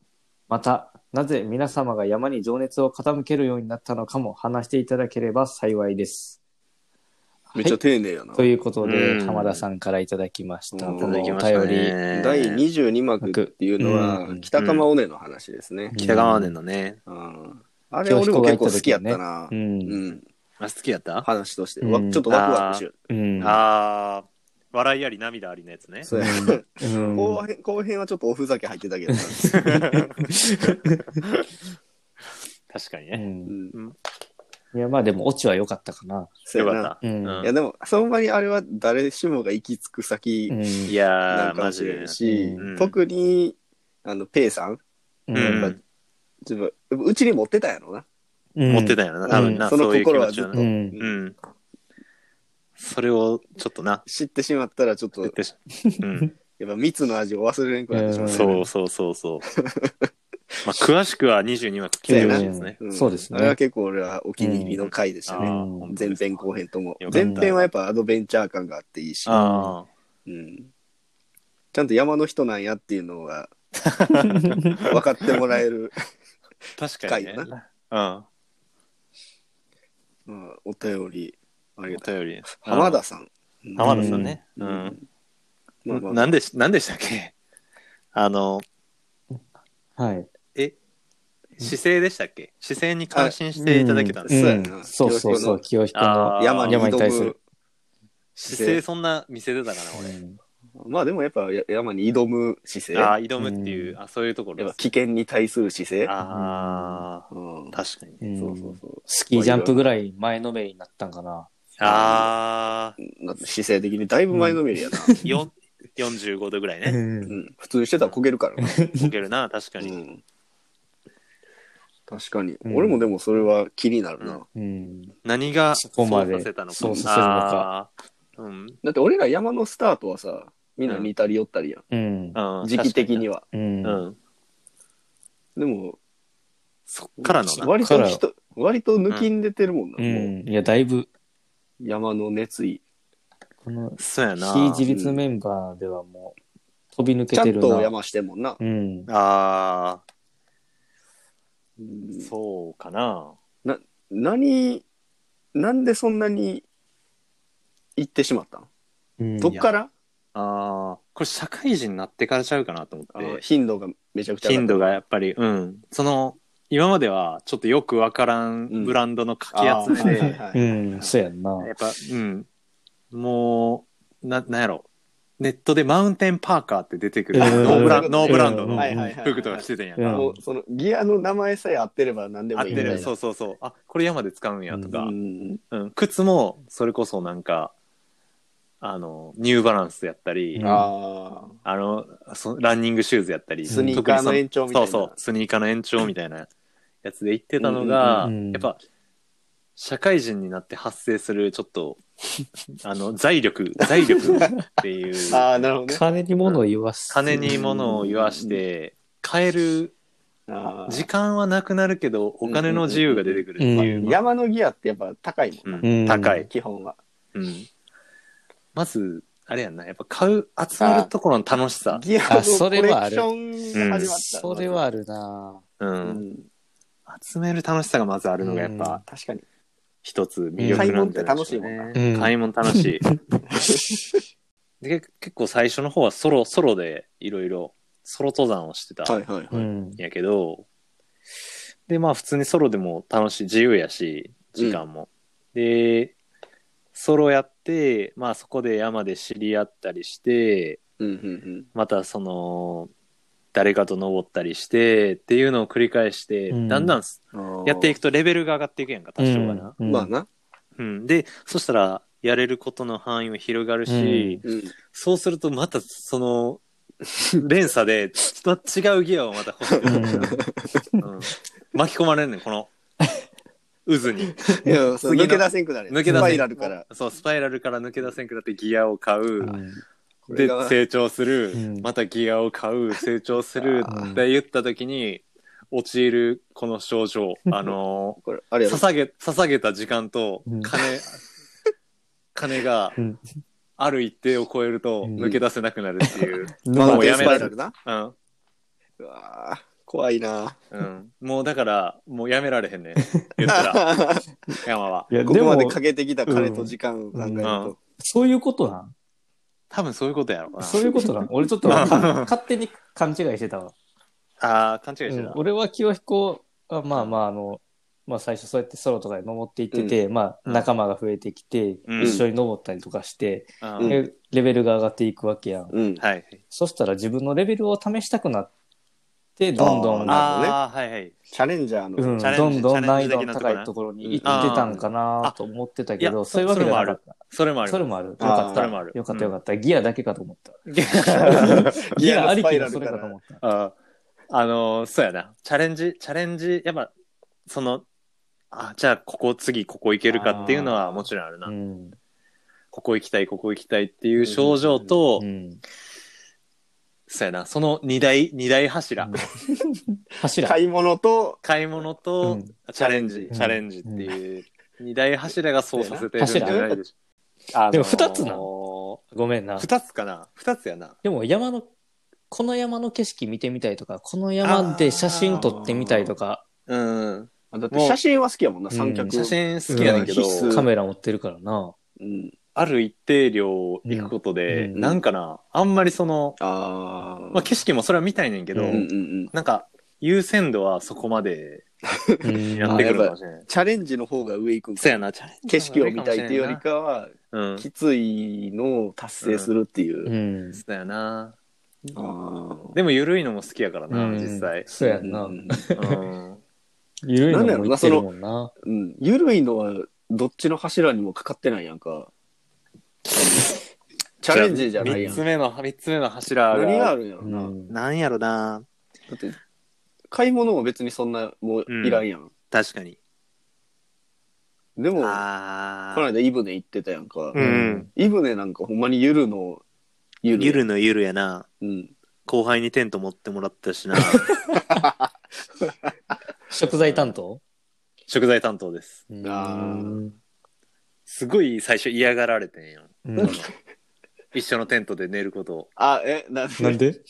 Speaker 3: また、なぜ皆様が山に情熱を傾けるようになったのかも話していただければ幸いです。
Speaker 2: す。めっち
Speaker 3: は
Speaker 2: ゃ
Speaker 3: い
Speaker 2: 丁寧やな。
Speaker 3: ということで、
Speaker 1: うん
Speaker 3: 浜田さんからいただきました。
Speaker 2: うん
Speaker 3: こ
Speaker 2: い
Speaker 3: の
Speaker 2: ただき
Speaker 3: お
Speaker 1: ました
Speaker 3: 便り。
Speaker 1: ね
Speaker 2: 第22幕っていうのは
Speaker 3: うん、
Speaker 2: 北釜尾根の話ですね。
Speaker 1: 北川根のね。
Speaker 2: うんあれ俺も結構好きやったな。う
Speaker 3: う
Speaker 2: んん。
Speaker 1: あ、好きやった
Speaker 2: 話として。
Speaker 3: うん
Speaker 2: わちょっとワクワクしよ
Speaker 3: うん
Speaker 1: ああ、笑いあり涙ありのやつね
Speaker 2: う。。そうや
Speaker 3: うん
Speaker 2: 後編後編はちょっとおふざけ入ってたけどな。
Speaker 1: 確かに
Speaker 3: う
Speaker 1: ね。
Speaker 2: うんん
Speaker 3: いや、まあでも、オチは良かったかな。
Speaker 2: そう
Speaker 1: よか
Speaker 2: やな
Speaker 1: った。
Speaker 3: うん
Speaker 1: うん
Speaker 2: いやでも、その場にあれは誰しもが行き着く先
Speaker 3: うん。
Speaker 1: い
Speaker 3: い、
Speaker 2: な
Speaker 1: や
Speaker 2: ん
Speaker 1: ー、
Speaker 2: か
Speaker 1: マ
Speaker 2: も
Speaker 1: ジ
Speaker 2: しれ
Speaker 1: で、
Speaker 2: ん。し
Speaker 3: うん
Speaker 2: 特に、あの、ペイさん、
Speaker 3: う
Speaker 1: うん
Speaker 2: やっぱ自分うちに持ってたんやろな。
Speaker 1: 持って
Speaker 3: た。
Speaker 1: たよな、多分な。
Speaker 2: うんその心は
Speaker 1: そういう気持ちな。
Speaker 3: うん。
Speaker 1: うん。それを、ちょっとな。
Speaker 2: 知ってしまったら、ちょっと、
Speaker 1: 言
Speaker 2: や
Speaker 1: ってしうん、
Speaker 2: っぱ蜜の味を忘れんくなってしまう。
Speaker 1: そうそうそう そう。まあ、詳しくは22話聞いてほしいですね。
Speaker 2: ん
Speaker 3: そうですね
Speaker 2: あれは結構俺はお気に入りの回でした
Speaker 1: う
Speaker 2: ね。
Speaker 1: ん
Speaker 3: う
Speaker 1: あ
Speaker 3: ん
Speaker 1: ー
Speaker 2: 前編後編とも
Speaker 1: よ。かった
Speaker 2: 前編はやっぱアドベンチャー感があっていいし、
Speaker 1: あ
Speaker 2: うんちゃんと山の人なんやっていうのが分かってもらえる、
Speaker 1: あ、確かにね。
Speaker 2: 深い
Speaker 1: うん。
Speaker 2: うんお便り。ありが
Speaker 1: お
Speaker 2: たい。
Speaker 1: 便り。
Speaker 2: 浜田さん。うん
Speaker 1: 浜田さんね。
Speaker 2: う
Speaker 1: うんん。
Speaker 2: まあまあ
Speaker 1: なんでし、なんでしたっけあの、
Speaker 3: はい。
Speaker 1: 姿勢でしたっけ姿勢に感心していただけたんです。
Speaker 2: そう
Speaker 3: う
Speaker 2: や
Speaker 3: ん
Speaker 2: な
Speaker 3: そうそうそう、清彦
Speaker 1: あ
Speaker 3: の。
Speaker 1: ー
Speaker 2: 山に
Speaker 3: 山に対
Speaker 2: 挑
Speaker 3: す
Speaker 2: む
Speaker 3: る。
Speaker 1: 姿勢そんな見せてたかな、
Speaker 2: まあでもやっぱや山に挑む姿勢。
Speaker 1: 俺。ああ、挑むっていうう、あそういうとこ
Speaker 2: やっ
Speaker 1: ろ
Speaker 2: ぱ危険に対する姿勢。
Speaker 1: あ
Speaker 2: うん
Speaker 1: あ、確かに
Speaker 3: う
Speaker 1: ね。
Speaker 3: ん
Speaker 2: そうそうそう。
Speaker 3: スキージャンプぐらい前のめりになったんかな。
Speaker 1: ああ、
Speaker 2: なんか姿勢的にだいぶ前のめりやな。
Speaker 1: よ45度ぐらいね。
Speaker 2: うんん普通にしてたら焦げるからな。
Speaker 1: いけるな、確か
Speaker 2: う
Speaker 1: に。
Speaker 2: ん確かに。
Speaker 3: うん
Speaker 2: 俺もでもそれは気になるな。
Speaker 1: うん
Speaker 3: うん。
Speaker 1: 何が
Speaker 3: そこまで
Speaker 1: そうさせたのか。
Speaker 3: そうさせるのか
Speaker 1: あー。うん。
Speaker 2: だって俺ら山のスタートはさ、みんな似たり寄ったりやん。
Speaker 3: うん。
Speaker 1: うん
Speaker 2: 時期的に。は。
Speaker 3: う
Speaker 1: 確
Speaker 3: ん
Speaker 1: かにうん。
Speaker 2: でも、
Speaker 1: そっからのな。
Speaker 2: 割と人、割と抜きんでてるもんな。
Speaker 3: う。
Speaker 2: もうん
Speaker 3: いや、だいぶ、
Speaker 2: 山の熱意。
Speaker 3: この、
Speaker 1: そうやな。
Speaker 3: 非自立メンバーではもう、飛び抜け
Speaker 2: ちゃ
Speaker 3: て
Speaker 2: ん
Speaker 3: る
Speaker 2: と
Speaker 3: な。
Speaker 2: 山してんもんな。
Speaker 3: うん。
Speaker 1: ああ、
Speaker 2: うん
Speaker 1: そうかな。
Speaker 2: 何、なんでそんなに行ってしまったん
Speaker 3: うん
Speaker 2: どっから
Speaker 1: ああ、これ社会人になってからちゃうかなと思
Speaker 2: あ
Speaker 1: っ
Speaker 2: の
Speaker 1: て。
Speaker 2: 頻度がめちゃくちゃ上
Speaker 1: 頻
Speaker 2: がった
Speaker 1: 度がやっぱり、うん。その、今まではちょっとよくわからんブランドのかき集めで、
Speaker 2: あーはいはいは
Speaker 3: う
Speaker 2: い
Speaker 3: ん、そうやんな。
Speaker 1: やっぱ、うん。もう、な、なんやろ。ネットでマウンテンパーカーって出てくる、
Speaker 3: うん
Speaker 1: ノーブランノーブランド
Speaker 3: うん
Speaker 1: の
Speaker 2: はいはいはいはい
Speaker 1: 服とかしててんやん
Speaker 3: うん
Speaker 1: か。
Speaker 2: もうそのギアの名前さえ合ってれば何で
Speaker 1: 合
Speaker 2: も
Speaker 1: っ
Speaker 2: いい
Speaker 1: て
Speaker 2: みたいな
Speaker 1: る、そうそうそう。あ、これ山で使うんやとか
Speaker 2: う。ん
Speaker 1: うん。靴も、それこそなんか、あの、ニューバランスやったり、
Speaker 3: うん
Speaker 2: ああ
Speaker 1: あのそ、ランニングシューズやったり、
Speaker 2: スニーカーの延長みたい
Speaker 1: 特
Speaker 2: な
Speaker 1: にそのそうそう、スニーカーの延長みたいなやつで言ってたのが、
Speaker 3: うんうんうん
Speaker 1: やっぱ、社会人になって発生する、ちょっ と、あの、財力、財力っていう、
Speaker 2: ああなるほどね
Speaker 3: 金に物を言わす。
Speaker 1: 金に物を言わして、買える、
Speaker 2: あー
Speaker 1: 時間はなくなるけど、お金の自由が出てくるっていうう、
Speaker 2: 山のギアってやっぱ高いも
Speaker 1: う
Speaker 2: んな、
Speaker 1: ん
Speaker 3: うん
Speaker 1: 高い、
Speaker 2: 基本は
Speaker 1: うんまず、あれやんな、やっぱ買う、集めるところの楽しさ。
Speaker 2: ギア
Speaker 3: あ
Speaker 2: の
Speaker 3: そ
Speaker 2: コ
Speaker 3: れ
Speaker 2: レク
Speaker 3: はあ
Speaker 2: シ
Speaker 3: る
Speaker 2: ョンが始まった、
Speaker 3: それはあるな
Speaker 1: う。
Speaker 2: うんん
Speaker 1: 集める楽しさがまずあるのがやっぱ
Speaker 2: 確かに
Speaker 1: 一つ魅力なんじゃないでしょう
Speaker 2: 買い物
Speaker 1: ね
Speaker 2: っ
Speaker 3: て楽しいもんなうん
Speaker 1: 買い物楽しい。でけ結構最初の方はソロ、ソロでいろいろソロ登山をしてた
Speaker 2: はい
Speaker 1: ん
Speaker 2: はいはい、
Speaker 3: うん。
Speaker 1: やけど、で、まあ普通にソロでも楽しい、自由やし、時間も。で、ソロやって、まあそこで山で知り合ったりして、
Speaker 2: うんうん
Speaker 1: またその、誰かと登ったりしてっていうのを繰り返して、
Speaker 3: うん
Speaker 1: だんだん
Speaker 2: うん
Speaker 1: やってい
Speaker 2: く
Speaker 1: くとレベルが上がっていくやんか、多少はな。
Speaker 3: うん
Speaker 2: まあな、
Speaker 1: うん、でそしたらやれることの範囲も広がるし、
Speaker 2: うん、
Speaker 1: そうするとまたその 連鎖でちょっ と違うギアをまた欲しくなる、うん巻き込まれんねんこの渦 に。
Speaker 2: いやそう
Speaker 1: 次の
Speaker 2: 抜け出せんくなる。
Speaker 1: 抜け出せん
Speaker 2: スパイラルから。
Speaker 1: そう、スパイラルから抜け出せんくなってギアを買う。
Speaker 2: こ
Speaker 1: で
Speaker 2: れが
Speaker 1: 成長する、
Speaker 3: うん
Speaker 1: またギアを買う成長す る
Speaker 3: あー
Speaker 1: って言った時に陥るこの症状あの
Speaker 2: これあ
Speaker 1: ー
Speaker 2: れやろ
Speaker 1: 捧げ捧げた時間と
Speaker 3: うん
Speaker 1: 金、金が
Speaker 3: うん
Speaker 1: ある一定を超えると
Speaker 3: うん
Speaker 1: 抜け出せなくなるって いう、
Speaker 2: まだ
Speaker 1: もうやめら
Speaker 2: スパ
Speaker 1: れ
Speaker 2: イラルな。
Speaker 1: うん
Speaker 2: うわー怖い な。
Speaker 1: うん、もうだからもうやめられへんねん言った ら山はい
Speaker 3: や、
Speaker 2: こ
Speaker 3: で
Speaker 2: こまで
Speaker 3: も、
Speaker 2: かけてきた金と時間を考える
Speaker 1: うんうん
Speaker 2: と。
Speaker 3: そういうことなん
Speaker 1: 多分そういうことやろうな
Speaker 3: そういうことなん俺ちょっとわかん勝手に勘違いしてたわ。
Speaker 1: ああ勘違いして
Speaker 3: うん
Speaker 1: た、
Speaker 3: 俺は清彦はまあまああの、まあ、最初そうやってソロとかで登っていってて、まあ、
Speaker 1: うん
Speaker 3: 仲間が増えてきて、
Speaker 1: うん
Speaker 3: 一緒に登ったりとかして、
Speaker 1: うん
Speaker 2: うん
Speaker 3: でレベルが上がっていくわけやん、
Speaker 2: うん。
Speaker 1: はい
Speaker 3: そしたら自分のレベルを試したくなってどんど
Speaker 2: なるほど
Speaker 3: ん、
Speaker 2: ね
Speaker 1: ああはいはい
Speaker 2: チャレンジャー
Speaker 3: う
Speaker 2: の。
Speaker 3: ん、
Speaker 1: チャレンジ
Speaker 3: どんどん難易
Speaker 1: チャレンジ
Speaker 3: 度
Speaker 1: 的
Speaker 3: の
Speaker 1: なとこ
Speaker 3: 高
Speaker 1: ろね
Speaker 3: いところに行ってたんか
Speaker 1: うん
Speaker 3: な
Speaker 1: あ
Speaker 3: と思ってたけ
Speaker 1: い
Speaker 3: ど、
Speaker 1: や
Speaker 3: そういうわけじゃなかった。
Speaker 1: それもあ
Speaker 3: それ
Speaker 1: る
Speaker 3: もある。よ
Speaker 2: あー
Speaker 3: かった。
Speaker 2: そ
Speaker 1: れもある
Speaker 3: よかったよかった。ギアだけかと思った。ギ
Speaker 2: ギア
Speaker 3: ア
Speaker 2: の
Speaker 3: あ
Speaker 2: ス
Speaker 3: り
Speaker 2: パ
Speaker 3: き
Speaker 2: イ
Speaker 3: の
Speaker 2: ラ
Speaker 3: そ
Speaker 2: ル
Speaker 3: れ
Speaker 2: か
Speaker 3: かと
Speaker 2: ら
Speaker 3: 思。った。
Speaker 1: ああのそうやな。チャレンジ、チャレンジ、やっぱ、その、あ、じゃあ、ここ、次、ここ行けるかっていうのはもちろんあるな。
Speaker 3: うん。
Speaker 1: ここ行きたい、ここ行きたいっていう症状と、
Speaker 3: うん。
Speaker 1: そうやな。その二大、二大柱。
Speaker 3: うん柱。
Speaker 2: 買い物と、
Speaker 1: 買い物と、
Speaker 3: うん
Speaker 1: チャレンジ、
Speaker 3: ん
Speaker 1: チャレンジっていう、二大柱がそうさせてるんじゃないでしょ。
Speaker 3: でも二つな
Speaker 1: の
Speaker 3: ごめんな。
Speaker 1: 二つかな二つやな。
Speaker 3: でも山の、この山の景色見てみたいとか、この山で写真撮ってみたいとか、
Speaker 1: うん。
Speaker 2: あだって
Speaker 1: もう
Speaker 2: 写真は好きやもんな、
Speaker 3: うん
Speaker 2: 三脚。
Speaker 1: 写真好きやねんけど、
Speaker 2: うん必須
Speaker 3: カメラ持ってるからな。
Speaker 2: うん。
Speaker 1: ある一定量行くことで、
Speaker 3: うん
Speaker 1: なんかな、あんまりその、
Speaker 2: あー
Speaker 1: まあ、景色もそれは見たいねんけど、
Speaker 3: う
Speaker 2: うんうんうん。
Speaker 1: なんか優先度はそこまで
Speaker 3: うん
Speaker 1: やってくるかもしれない。
Speaker 2: チャレンジの方が上行くん
Speaker 1: そう
Speaker 2: か。
Speaker 1: やな、チャレンジ
Speaker 2: 景色を見たいっていうよりかは、
Speaker 1: うん。そ
Speaker 2: きついのを達成するっていう。
Speaker 3: うん。
Speaker 1: うやな。
Speaker 2: あー
Speaker 1: でも緩いのも好きやからな、
Speaker 3: うん
Speaker 1: 実際。
Speaker 3: そうやんな
Speaker 2: う。ん
Speaker 1: うん。
Speaker 3: 緩い
Speaker 2: なんだろ
Speaker 3: の
Speaker 2: う
Speaker 3: も言
Speaker 2: な
Speaker 3: ってるもんな。
Speaker 2: うん。ゆるいのは、どっちの柱にもかかってないやん か。チャレンジじゃないや
Speaker 1: 三
Speaker 2: ん
Speaker 1: つ。目の、三つ目の柱が。
Speaker 2: 何があるんやろ
Speaker 3: う
Speaker 2: な。だ
Speaker 3: ん。
Speaker 1: なんやろな。
Speaker 2: って、買い物も別にそんな、もういらんやん。
Speaker 1: 確かに。
Speaker 2: でも、こ
Speaker 1: あ
Speaker 2: の間イブネ行ってたやんか。
Speaker 1: うん
Speaker 2: イブネなんかほんまにゆるの、ゆる。
Speaker 1: のゆるやな。
Speaker 2: うん。
Speaker 1: 後輩にテント持ってもらったしな。
Speaker 3: 食材担当
Speaker 1: 食材担当です。
Speaker 3: うん
Speaker 2: ー
Speaker 1: すごい最初嫌がられてんよ。
Speaker 3: う
Speaker 1: そ
Speaker 3: ん
Speaker 1: の一緒のテントで寝ることを。
Speaker 2: あ、え、なん
Speaker 3: なんで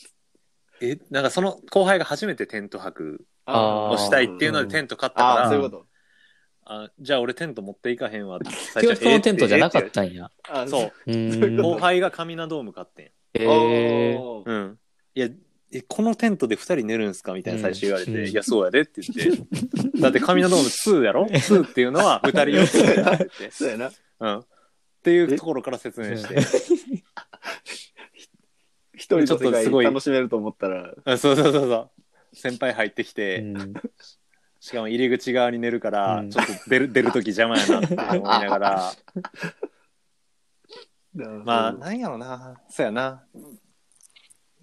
Speaker 1: え、なんかその後輩が初めてテント泊
Speaker 3: あー
Speaker 1: をしたいっていうのでテント買ったから、
Speaker 2: あーそういうこと。
Speaker 1: あじゃあ俺テント持っていかへん わって最
Speaker 3: 清
Speaker 1: 初
Speaker 3: 彦のテントじゃなかっ
Speaker 1: え
Speaker 3: たんや。
Speaker 1: え
Speaker 2: あ
Speaker 1: って言われて
Speaker 3: う
Speaker 1: そ
Speaker 3: ん
Speaker 1: う。後輩がカミナドーム買ってん
Speaker 3: えー。
Speaker 2: おー
Speaker 1: うんいやえこのテントで2人寝るんすかみたいな最初言われて、
Speaker 3: うん
Speaker 1: いやそうやでって言 ってだってカミナドーム2やろ2っていうのは2人用って言って、
Speaker 2: そうやな。
Speaker 1: うん、っていうところから説明して
Speaker 2: 一人
Speaker 1: ちょ
Speaker 2: の
Speaker 1: っと
Speaker 2: 世
Speaker 1: すごい
Speaker 2: 界楽しめると思ったら、
Speaker 1: うんそうそうそうそう先輩入ってきて、
Speaker 3: うん
Speaker 1: しかも入り口側に寝るから、
Speaker 3: うん
Speaker 1: ちょっと出る出る時邪魔やなって思いながら まあ、なんやろな。そうやな。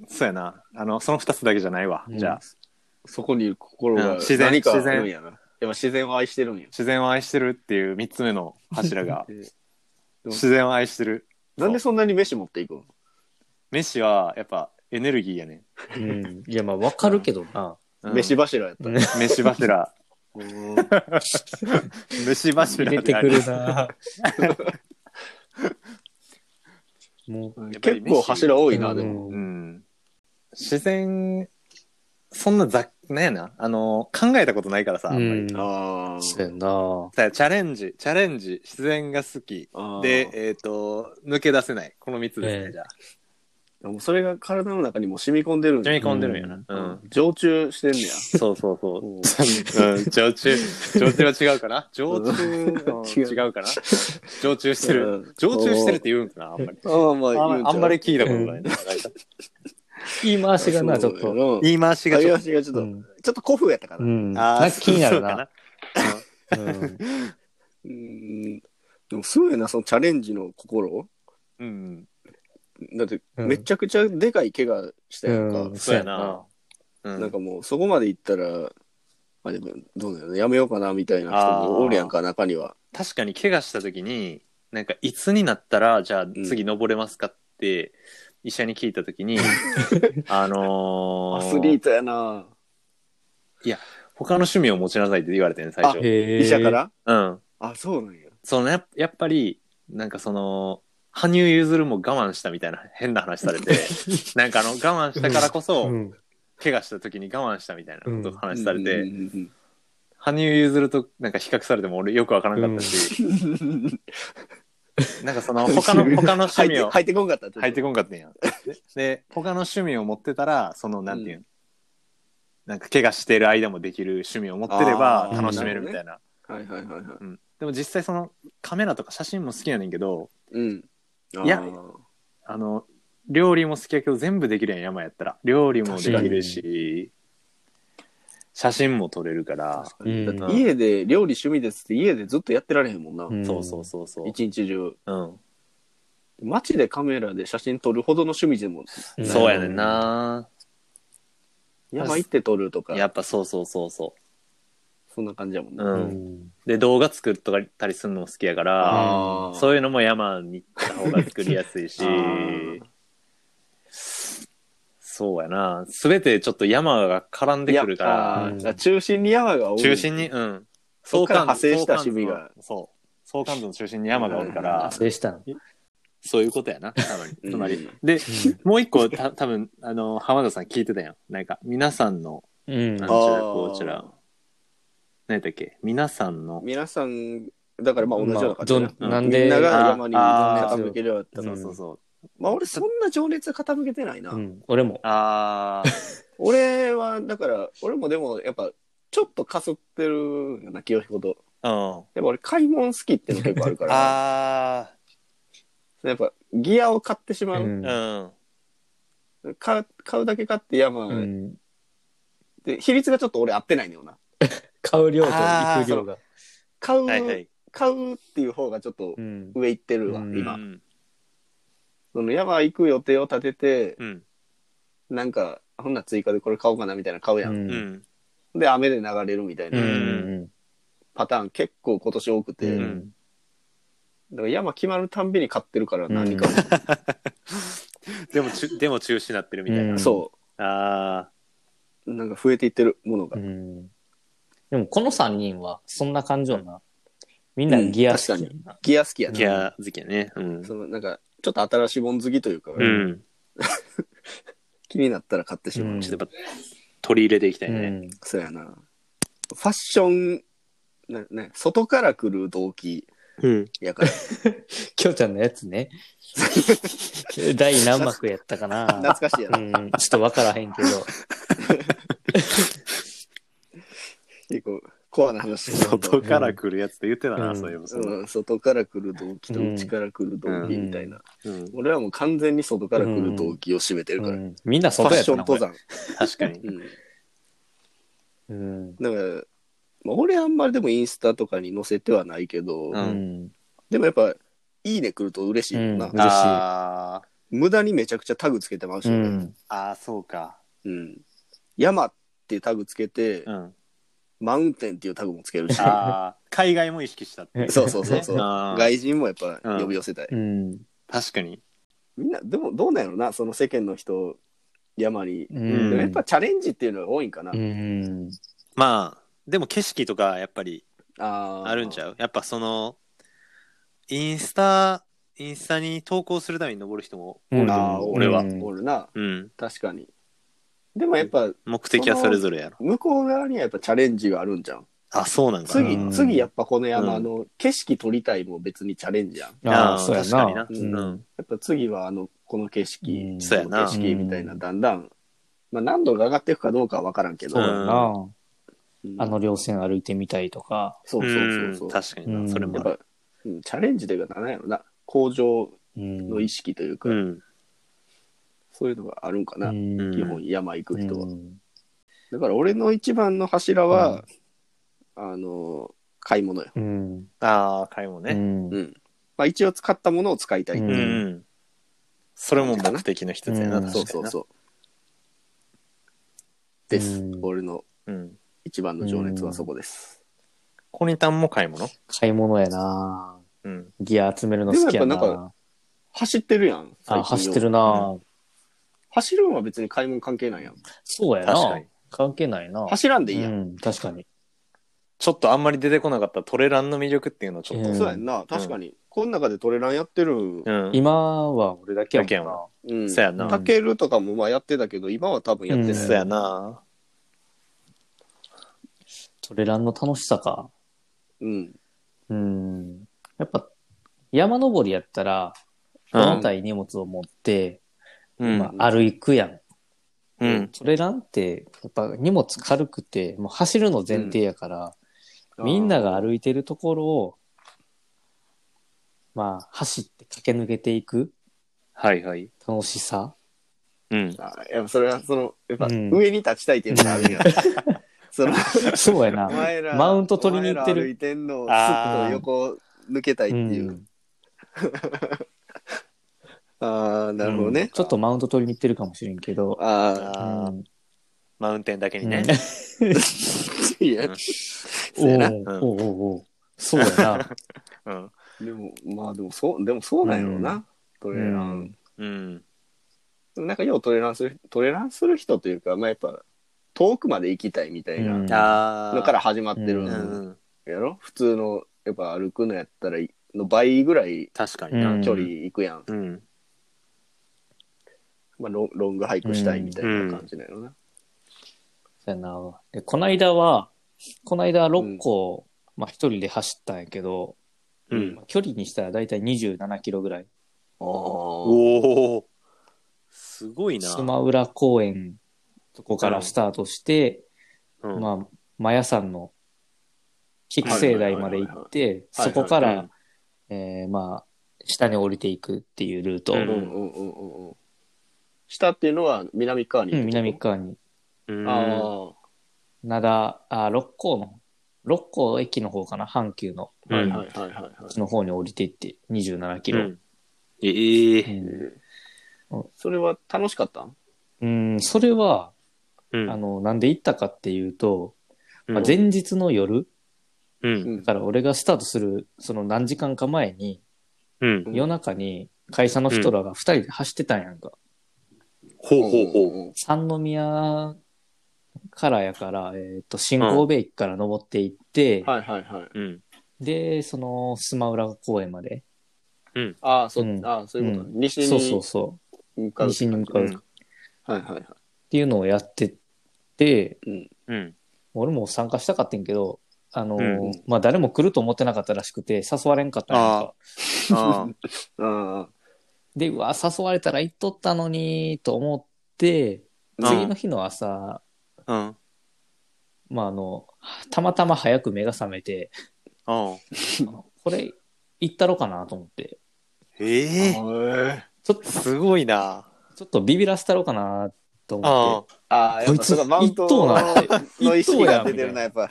Speaker 1: そうやな。あの、その二つだけじゃないわ。
Speaker 3: うん
Speaker 1: じゃあ、
Speaker 2: そこにいる心
Speaker 1: うん
Speaker 2: が
Speaker 1: 自然
Speaker 2: 何かあ
Speaker 1: 自然
Speaker 2: るんやな。やっぱ自然を愛してるんや。、
Speaker 1: 自然を愛してるっていう三つ目の柱が
Speaker 2: で
Speaker 1: 自然を愛してる。
Speaker 2: なんでそんなに飯持っていくの
Speaker 1: 飯は、やっぱ、エネルギーやね。
Speaker 3: うん。いや、まあ、わかるけどな。
Speaker 1: うん
Speaker 2: 飯柱やったら。
Speaker 1: 飯柱。
Speaker 2: うん
Speaker 1: 飯柱
Speaker 3: 出てく るな。もう、
Speaker 1: 結
Speaker 2: 結構柱多いな、でも。
Speaker 3: も
Speaker 1: うん。自然、そんなざっ、なんやな。あの、考えたことないからさ、あんまり。
Speaker 2: あ
Speaker 3: そう
Speaker 2: ー
Speaker 3: やな。
Speaker 1: さチャレンジ、チャレンジ、自然が好き。
Speaker 2: あー。
Speaker 1: で、えっ、と、抜け出せない。この三つですね、
Speaker 3: ええ
Speaker 1: じゃあ。
Speaker 2: もうそれが体の中にもう染み込んでるん
Speaker 1: 染
Speaker 2: や
Speaker 1: み込んでるんやな。
Speaker 2: う
Speaker 1: うん
Speaker 2: ん。常駐して んねや。
Speaker 1: そうそうそうう。うん、常駐、常駐は違うかな 常駐、
Speaker 2: 違う
Speaker 1: 違うかな常駐して
Speaker 2: う
Speaker 1: る
Speaker 2: ん。
Speaker 1: 常駐してるって言うんかなあんまり。
Speaker 2: ああ、ま
Speaker 1: あんあんまり聞いたこと
Speaker 3: う
Speaker 1: ないな。
Speaker 3: 言い回しがな、ちょっと。
Speaker 2: と。
Speaker 1: 言い回しがち
Speaker 2: 言い
Speaker 1: ょっ
Speaker 2: 回しがちょっ
Speaker 3: う
Speaker 2: と、
Speaker 3: ん。
Speaker 2: ちょっと古風やったか
Speaker 3: う
Speaker 2: ら。
Speaker 3: ん
Speaker 1: と。
Speaker 3: なんか気になるな。。
Speaker 1: そうかうん
Speaker 2: う
Speaker 3: うん
Speaker 2: ん。でもすごいな、そのチャレンジの心。
Speaker 1: うん。
Speaker 2: だって、
Speaker 3: うん
Speaker 2: めちゃくちゃでかい怪我したやんか。
Speaker 3: うん
Speaker 1: そうやな。う
Speaker 2: なん
Speaker 1: ん。
Speaker 2: かもう、そこまで行ったら、あ、でも、どうなのやめようかな、みたいな人もおるやんか、中には。
Speaker 1: 確かに怪我した時になんかいつになったらじゃあ次登れますかって医者に聞いた 時に、あのー
Speaker 2: アスリートやな
Speaker 1: 他の趣味を持ちなさいって言われてね最初
Speaker 2: 医
Speaker 3: 医
Speaker 2: 者から
Speaker 1: うん
Speaker 2: あ、そうなんや。
Speaker 1: そのややっぱりなんかその羽生結弦も我慢したみたいな変な話され てなんかあの我慢したからこそ、
Speaker 3: うん、
Speaker 1: 怪我した時に我慢したみたいなことを話されて、
Speaker 2: うんうん
Speaker 1: 羽生結弦となんか比較されても俺よくわからなかったし、
Speaker 2: うんうん
Speaker 1: なんかその 他 の他の趣
Speaker 2: 入っ
Speaker 1: 味
Speaker 2: て
Speaker 1: を
Speaker 2: 入ってこんかった。
Speaker 1: 入って
Speaker 2: こ
Speaker 1: こんかったんやでで他の趣味を持ってたらそのなんていうん、なんか怪我してる間もできる趣味を持ってれば
Speaker 2: あ
Speaker 3: ー
Speaker 1: 楽しめるみたいな、
Speaker 2: はいはいはいはい。
Speaker 1: うん、でも実際そのカメラとか写真も好きやねんけど
Speaker 2: うん。
Speaker 1: いや
Speaker 2: あー
Speaker 1: あの料理も好きやけど全部できるやん山やったら料理もできるし写真も撮れるから、
Speaker 2: 確かに
Speaker 3: うん
Speaker 2: だって家で料理趣味ですって家でずっとやってられへんもんな、
Speaker 3: うん
Speaker 1: そうそうそうそう、
Speaker 2: 一日中
Speaker 1: うん、
Speaker 2: 街でカメラで写真撮るほどの趣味でも
Speaker 3: うん
Speaker 1: そうやねんな
Speaker 2: 山行って撮るとか
Speaker 1: やっぱそうそうそうそ
Speaker 2: そんな感じやもん
Speaker 1: う、
Speaker 2: な、
Speaker 1: う
Speaker 3: うんん
Speaker 1: で動画作ったりするのも好きやから、
Speaker 2: あー
Speaker 1: そういうのも山に行った方が作りやすいし
Speaker 2: あー
Speaker 1: そうやな全てちょっと山が絡んでくるか
Speaker 2: いやあ
Speaker 1: ら
Speaker 2: ー中心に山が多い
Speaker 1: 中心にうん
Speaker 2: そっか
Speaker 1: 相関
Speaker 2: ら
Speaker 1: 図
Speaker 2: 派生した趣味が
Speaker 1: そう相関図の中心に山があるか
Speaker 2: はいはい
Speaker 1: ら
Speaker 2: は
Speaker 3: そうでした。
Speaker 1: そういうことやな多分
Speaker 2: うん
Speaker 1: つまりでもう一個た 多分あの浜田さん聞いてたやんなんか皆さんの
Speaker 3: うん
Speaker 1: あの
Speaker 2: あ
Speaker 1: こちら
Speaker 2: ー
Speaker 1: こちら何やったっけ皆さんの
Speaker 2: 皆さんだからまあ同じような感じや
Speaker 1: まあどん
Speaker 2: な、
Speaker 3: なんで
Speaker 2: みんなが山に
Speaker 1: あ
Speaker 3: ー
Speaker 2: 傾けるようになった
Speaker 3: ん
Speaker 1: そうそうそう
Speaker 2: まあ俺そんな情熱は傾けてないな、
Speaker 3: うん、俺も。
Speaker 1: あー
Speaker 2: 俺はだから俺もでもやっぱちょっとかすってるよな清彦と
Speaker 1: うん
Speaker 2: やっぱ俺買い物好きっての結構あるか ら
Speaker 1: あ
Speaker 2: やっぱギアを買ってしまう、
Speaker 3: うん
Speaker 1: ーうん
Speaker 2: 買う買うだけ買って山、
Speaker 3: うん
Speaker 2: で比率がちょっと俺合ってないのよな
Speaker 3: 買う量と行く量が。
Speaker 2: 買う、
Speaker 1: はいはい
Speaker 2: 買うっていう方がちょっと
Speaker 3: うん
Speaker 2: 上行ってるわ、
Speaker 3: うん
Speaker 2: 今、
Speaker 1: うん
Speaker 2: その山行く予定を立てて、
Speaker 1: うん
Speaker 2: なんかほんなら追加でこれ買おうかなみたいなの買うや、
Speaker 3: うん
Speaker 1: うんん
Speaker 2: で雨で流れるみたい
Speaker 3: うんう
Speaker 2: なんパターン結構今年多くて、
Speaker 3: う
Speaker 1: うん
Speaker 3: ん
Speaker 2: だから山決まるたんびに買ってるから
Speaker 3: うん
Speaker 2: 何かを、
Speaker 1: でもちでも中止になってるみたいな、
Speaker 3: うん
Speaker 2: そ
Speaker 1: あ
Speaker 2: うなんか増えていってるもの
Speaker 3: う
Speaker 2: が、
Speaker 3: んでもこの3人はそんな感じよな。みんなギア好き。
Speaker 2: うギア好きや
Speaker 1: あ
Speaker 2: な
Speaker 1: ギア好きやねうん
Speaker 2: そのなんかちょっと新しいもん好きというか、
Speaker 1: うん
Speaker 2: 気になったら買ってしまう、
Speaker 3: うん
Speaker 1: ちょっとやっぱ取り入れていきたいうね
Speaker 3: ん
Speaker 2: そうやなファッションなな外から来る動機
Speaker 1: うん
Speaker 2: や から
Speaker 3: きょうちゃんのやつね。 第何幕やったかな。
Speaker 2: 懐かしいや
Speaker 3: う
Speaker 2: な、
Speaker 3: ん、ちょっとわからへ んけど。
Speaker 2: 結構コアな話だけど
Speaker 1: 外から来るやつって言ってたな、
Speaker 3: うん
Speaker 1: そういえばその
Speaker 2: うん、外から来る動機と内から来る動機みたいな、
Speaker 1: うん
Speaker 2: 俺はもう完全に外から来る動機を占めてるから、
Speaker 3: う
Speaker 2: フ
Speaker 3: んみんな
Speaker 2: ァ
Speaker 3: 外
Speaker 2: ッ
Speaker 3: やっ
Speaker 2: ショ
Speaker 3: た
Speaker 2: ン
Speaker 3: な。
Speaker 2: 登山、
Speaker 1: 確かに
Speaker 2: うん、
Speaker 3: うん。
Speaker 2: だから、まあ、俺あんまりでもインスタとかに載せてはないけど、
Speaker 1: う
Speaker 3: うんん。
Speaker 2: でもやっぱ「いいね」来ると嬉しいもんな、
Speaker 3: うん嬉しい
Speaker 1: あ
Speaker 2: 無駄にめちゃくちゃタグつけてました
Speaker 3: う
Speaker 2: ね、うん
Speaker 3: ん。
Speaker 1: ーあーそうか
Speaker 2: 山っていうタグつけて、
Speaker 1: うん
Speaker 2: マウンテンっていうタグもつけるし
Speaker 1: あー海外も意識したってい
Speaker 2: そうそうそうそう、
Speaker 1: ねあー
Speaker 2: 外人もやっぱ呼び寄せたい、
Speaker 3: うん。
Speaker 1: 確かに
Speaker 2: みんなでもどうなんやろなその世間の人山に、
Speaker 3: う
Speaker 2: で
Speaker 1: ん
Speaker 2: もやっぱチャレンジっていうのが多いんかな、
Speaker 3: うん。
Speaker 1: まあでも景色とかやっぱり
Speaker 2: あ
Speaker 1: あるんち
Speaker 2: ゃう
Speaker 1: ゃうやっぱそのインスタインスタに投稿するために登る人もおると
Speaker 2: あ
Speaker 1: 思
Speaker 2: あ
Speaker 1: う、俺
Speaker 2: 俺は、
Speaker 1: は、
Speaker 3: うん
Speaker 2: おるな
Speaker 1: うん、
Speaker 2: 確かにでもやっぱ
Speaker 1: 目的はそれぞれやろ
Speaker 2: 向こう側にはやっぱチャレンジがあるんじゃん
Speaker 1: あそうなんかな
Speaker 2: 次、
Speaker 3: うん
Speaker 2: 次やっぱこの山の景色撮りたいも別にチャレンジやんや
Speaker 3: ああ、
Speaker 1: あー
Speaker 3: そうや
Speaker 1: 確かに
Speaker 3: な
Speaker 1: な。
Speaker 2: う
Speaker 1: う
Speaker 2: ん
Speaker 1: ん
Speaker 2: っぱ次はあのこの景色、
Speaker 3: うん
Speaker 2: この景
Speaker 1: そう
Speaker 3: や
Speaker 2: 色
Speaker 3: な
Speaker 2: みたいなだんだん、まあ、何度が上がっていくかどうかは分からんけど、
Speaker 3: そうやな。
Speaker 2: うん
Speaker 3: あの稜線歩いてみたりとか。
Speaker 2: そうそうそううんそう
Speaker 1: 確か
Speaker 3: う
Speaker 1: に
Speaker 3: ん
Speaker 1: なそれも
Speaker 2: やっ
Speaker 1: ある
Speaker 2: ぱ、うんチャレンジというか何やろな向上
Speaker 3: うん
Speaker 2: の意識というか、
Speaker 1: うん
Speaker 2: そういうのがあるんかな、
Speaker 3: うん
Speaker 2: 基本山行く人は、
Speaker 3: うん
Speaker 2: だから俺の一番の柱は、あの買い物よ、
Speaker 3: うん。
Speaker 1: ああ買い物ね
Speaker 3: うん
Speaker 2: うんまあ、一応使ったものを使いたい、
Speaker 3: う
Speaker 1: うん、
Speaker 3: ん
Speaker 1: それも目的の一つやな、
Speaker 3: うん
Speaker 1: 確か
Speaker 2: そ
Speaker 1: に
Speaker 2: うそう
Speaker 1: な
Speaker 2: そうです、
Speaker 3: うん
Speaker 2: 俺の
Speaker 1: うん
Speaker 2: 一番の情熱はそこです。
Speaker 1: コニタンも買い物
Speaker 3: 買い物やな
Speaker 1: うん。
Speaker 3: ギア集めるの好きや
Speaker 2: でも
Speaker 3: な
Speaker 2: やっぱなん走ってるやん。最
Speaker 3: あ、走
Speaker 2: 近
Speaker 3: ってるな、
Speaker 2: 走るのは別に買い物関係ないやん。
Speaker 3: そうやな
Speaker 1: 確かに。
Speaker 3: 関係ないな
Speaker 2: 走らんでいいやん。
Speaker 3: うん、確かに。
Speaker 1: ちょっとあんまり出てこなかったトレランの魅力っていうのをちょっと。
Speaker 3: うん
Speaker 2: そうやんな。確かに。この中でトレランやってるん。
Speaker 1: うん。
Speaker 3: 今は俺だけやもん
Speaker 1: だけやもん
Speaker 3: な。
Speaker 2: うん。
Speaker 1: そうやな。
Speaker 2: タケルとかもまあやってたけど、今は多分やって
Speaker 3: うん
Speaker 2: ない。
Speaker 1: そうやな。
Speaker 3: トレランの楽しさか。
Speaker 2: うん。
Speaker 3: うん。やっぱ、山登りやったら、
Speaker 1: うん
Speaker 3: 重たい荷物を持って、
Speaker 1: うん。
Speaker 3: まあ、歩くやん。
Speaker 1: うん。
Speaker 3: トレランって、やっぱ荷物軽くて、もう走るの前提やから、みんなが歩いてるところを、まあ、走って駆け抜けていく
Speaker 1: はいはい。
Speaker 3: 楽 しさ。
Speaker 1: うん。
Speaker 2: あー。やっぱそれは、その、やっぱ
Speaker 3: うん
Speaker 2: 上に立ちたいっていうのがあるんや。 その、
Speaker 3: そうや
Speaker 2: お
Speaker 3: な。
Speaker 2: 前ら、
Speaker 3: マウント取りに行って
Speaker 2: お前ら歩
Speaker 3: る。
Speaker 2: いてんのを、す
Speaker 1: あ
Speaker 3: ー
Speaker 2: っと横抜けたいっていうう。
Speaker 3: ん
Speaker 2: ああ、なるほど
Speaker 3: うん
Speaker 2: ね。
Speaker 3: ちょっとマウント取りに行ってるかもしれんけど。
Speaker 2: あ
Speaker 1: あー
Speaker 3: うん
Speaker 1: マウンテンだけにね。
Speaker 2: あ、 いや、
Speaker 1: うん
Speaker 2: そう
Speaker 3: お
Speaker 2: やな
Speaker 3: うおうおうおうそう やな。
Speaker 1: うん。
Speaker 2: でも、まあでもそう、でもそうなんやろうな、
Speaker 3: う
Speaker 2: トレラ
Speaker 3: う
Speaker 2: ン
Speaker 3: ん。
Speaker 1: うん。
Speaker 2: なんかようトレランする、トレランする人というか、まあやっぱ、遠くまで行きたいみたいな
Speaker 3: うん
Speaker 1: ああ。
Speaker 2: のから、始まってる
Speaker 1: うんん。
Speaker 2: やろ、普通の、やっぱ歩くのやったら、の倍ぐらい
Speaker 1: 確かにな。
Speaker 3: うん
Speaker 2: 距離行くやん。
Speaker 1: うん。
Speaker 2: まあロン、ロングハイクしたいみたいな感じだよな。
Speaker 3: そうやな。で、こないだは、こないだ6個、まあ一人で走ったんやけど、
Speaker 1: うん。
Speaker 3: まあ距離にしたらだいたい27キロぐらい。
Speaker 2: お
Speaker 1: おお。すごいな。
Speaker 3: スマウラ公園とこからスタートして、
Speaker 1: うん
Speaker 3: まあ、マヤ山の菊生台まで行って、
Speaker 2: はいはいはいはい
Speaker 3: そこから、
Speaker 1: はいはい
Speaker 3: えーまあ、下に降りていくっていうルート。
Speaker 1: う
Speaker 2: うんうんうんうんうん。下っていうのは南側に
Speaker 3: うん、南側
Speaker 1: う
Speaker 3: に。
Speaker 1: ん
Speaker 2: あ
Speaker 3: 灘、あ、六甲の、六甲駅の方かな、阪急の、
Speaker 2: あー、はい
Speaker 1: うん
Speaker 2: はいはいはいはい。
Speaker 3: の方に降りていって、27キロ。
Speaker 1: うんえ
Speaker 3: う
Speaker 1: え。
Speaker 3: ん
Speaker 2: それは楽しかったん
Speaker 3: うん、それは、
Speaker 1: うん
Speaker 3: あの、なんで行ったかっていうと、
Speaker 1: うん
Speaker 3: まあ、前日の夜、
Speaker 1: うん。
Speaker 3: だから俺がスタートする、その何時間か前に、
Speaker 1: うん。
Speaker 3: 夜中に会社の人らが2人で走ってたんやんか。
Speaker 1: ほうほうほう。
Speaker 2: ほ
Speaker 3: 三宮からやから、えっ、と、新神戸駅から登っていって、
Speaker 2: はいはいはい。
Speaker 1: うん。
Speaker 3: で、その、スマウラ公園まで。
Speaker 2: ああ、そ、
Speaker 3: うん
Speaker 2: ああ、そういうこと、
Speaker 3: う
Speaker 2: 西
Speaker 3: そうそう
Speaker 2: に
Speaker 3: そ
Speaker 2: 向
Speaker 3: う。
Speaker 2: かう。
Speaker 3: 西に向かう。
Speaker 1: うん
Speaker 2: はいはいはい。
Speaker 3: っていうのをやってて、
Speaker 1: うん。
Speaker 3: 俺も参加したかったんけど、あのー
Speaker 2: うん
Speaker 3: まあ、誰も来ると思ってなかったらしくて、誘われんかったんやんか
Speaker 1: あ
Speaker 2: あ
Speaker 3: で、うわ、誘われたら行っとったのに、と思って、
Speaker 2: あ。
Speaker 3: 次の日の朝、
Speaker 1: あ。うん。
Speaker 3: まあ、あの、たまたま早く目が覚めて、
Speaker 1: ああ。
Speaker 3: これ、行ったろかなと思って、
Speaker 1: ええ。
Speaker 2: え。
Speaker 3: ちょっと、
Speaker 1: すごいな。
Speaker 3: ちょっとビビらせたろかなと思
Speaker 1: あ
Speaker 3: って、
Speaker 2: ああ、やっ
Speaker 3: こ
Speaker 2: ぱ
Speaker 3: いつ
Speaker 2: それがマウント
Speaker 3: 一等な
Speaker 2: の意識
Speaker 3: 一等や
Speaker 2: が出て
Speaker 3: みたい
Speaker 2: る
Speaker 3: な
Speaker 2: な、やっぱ。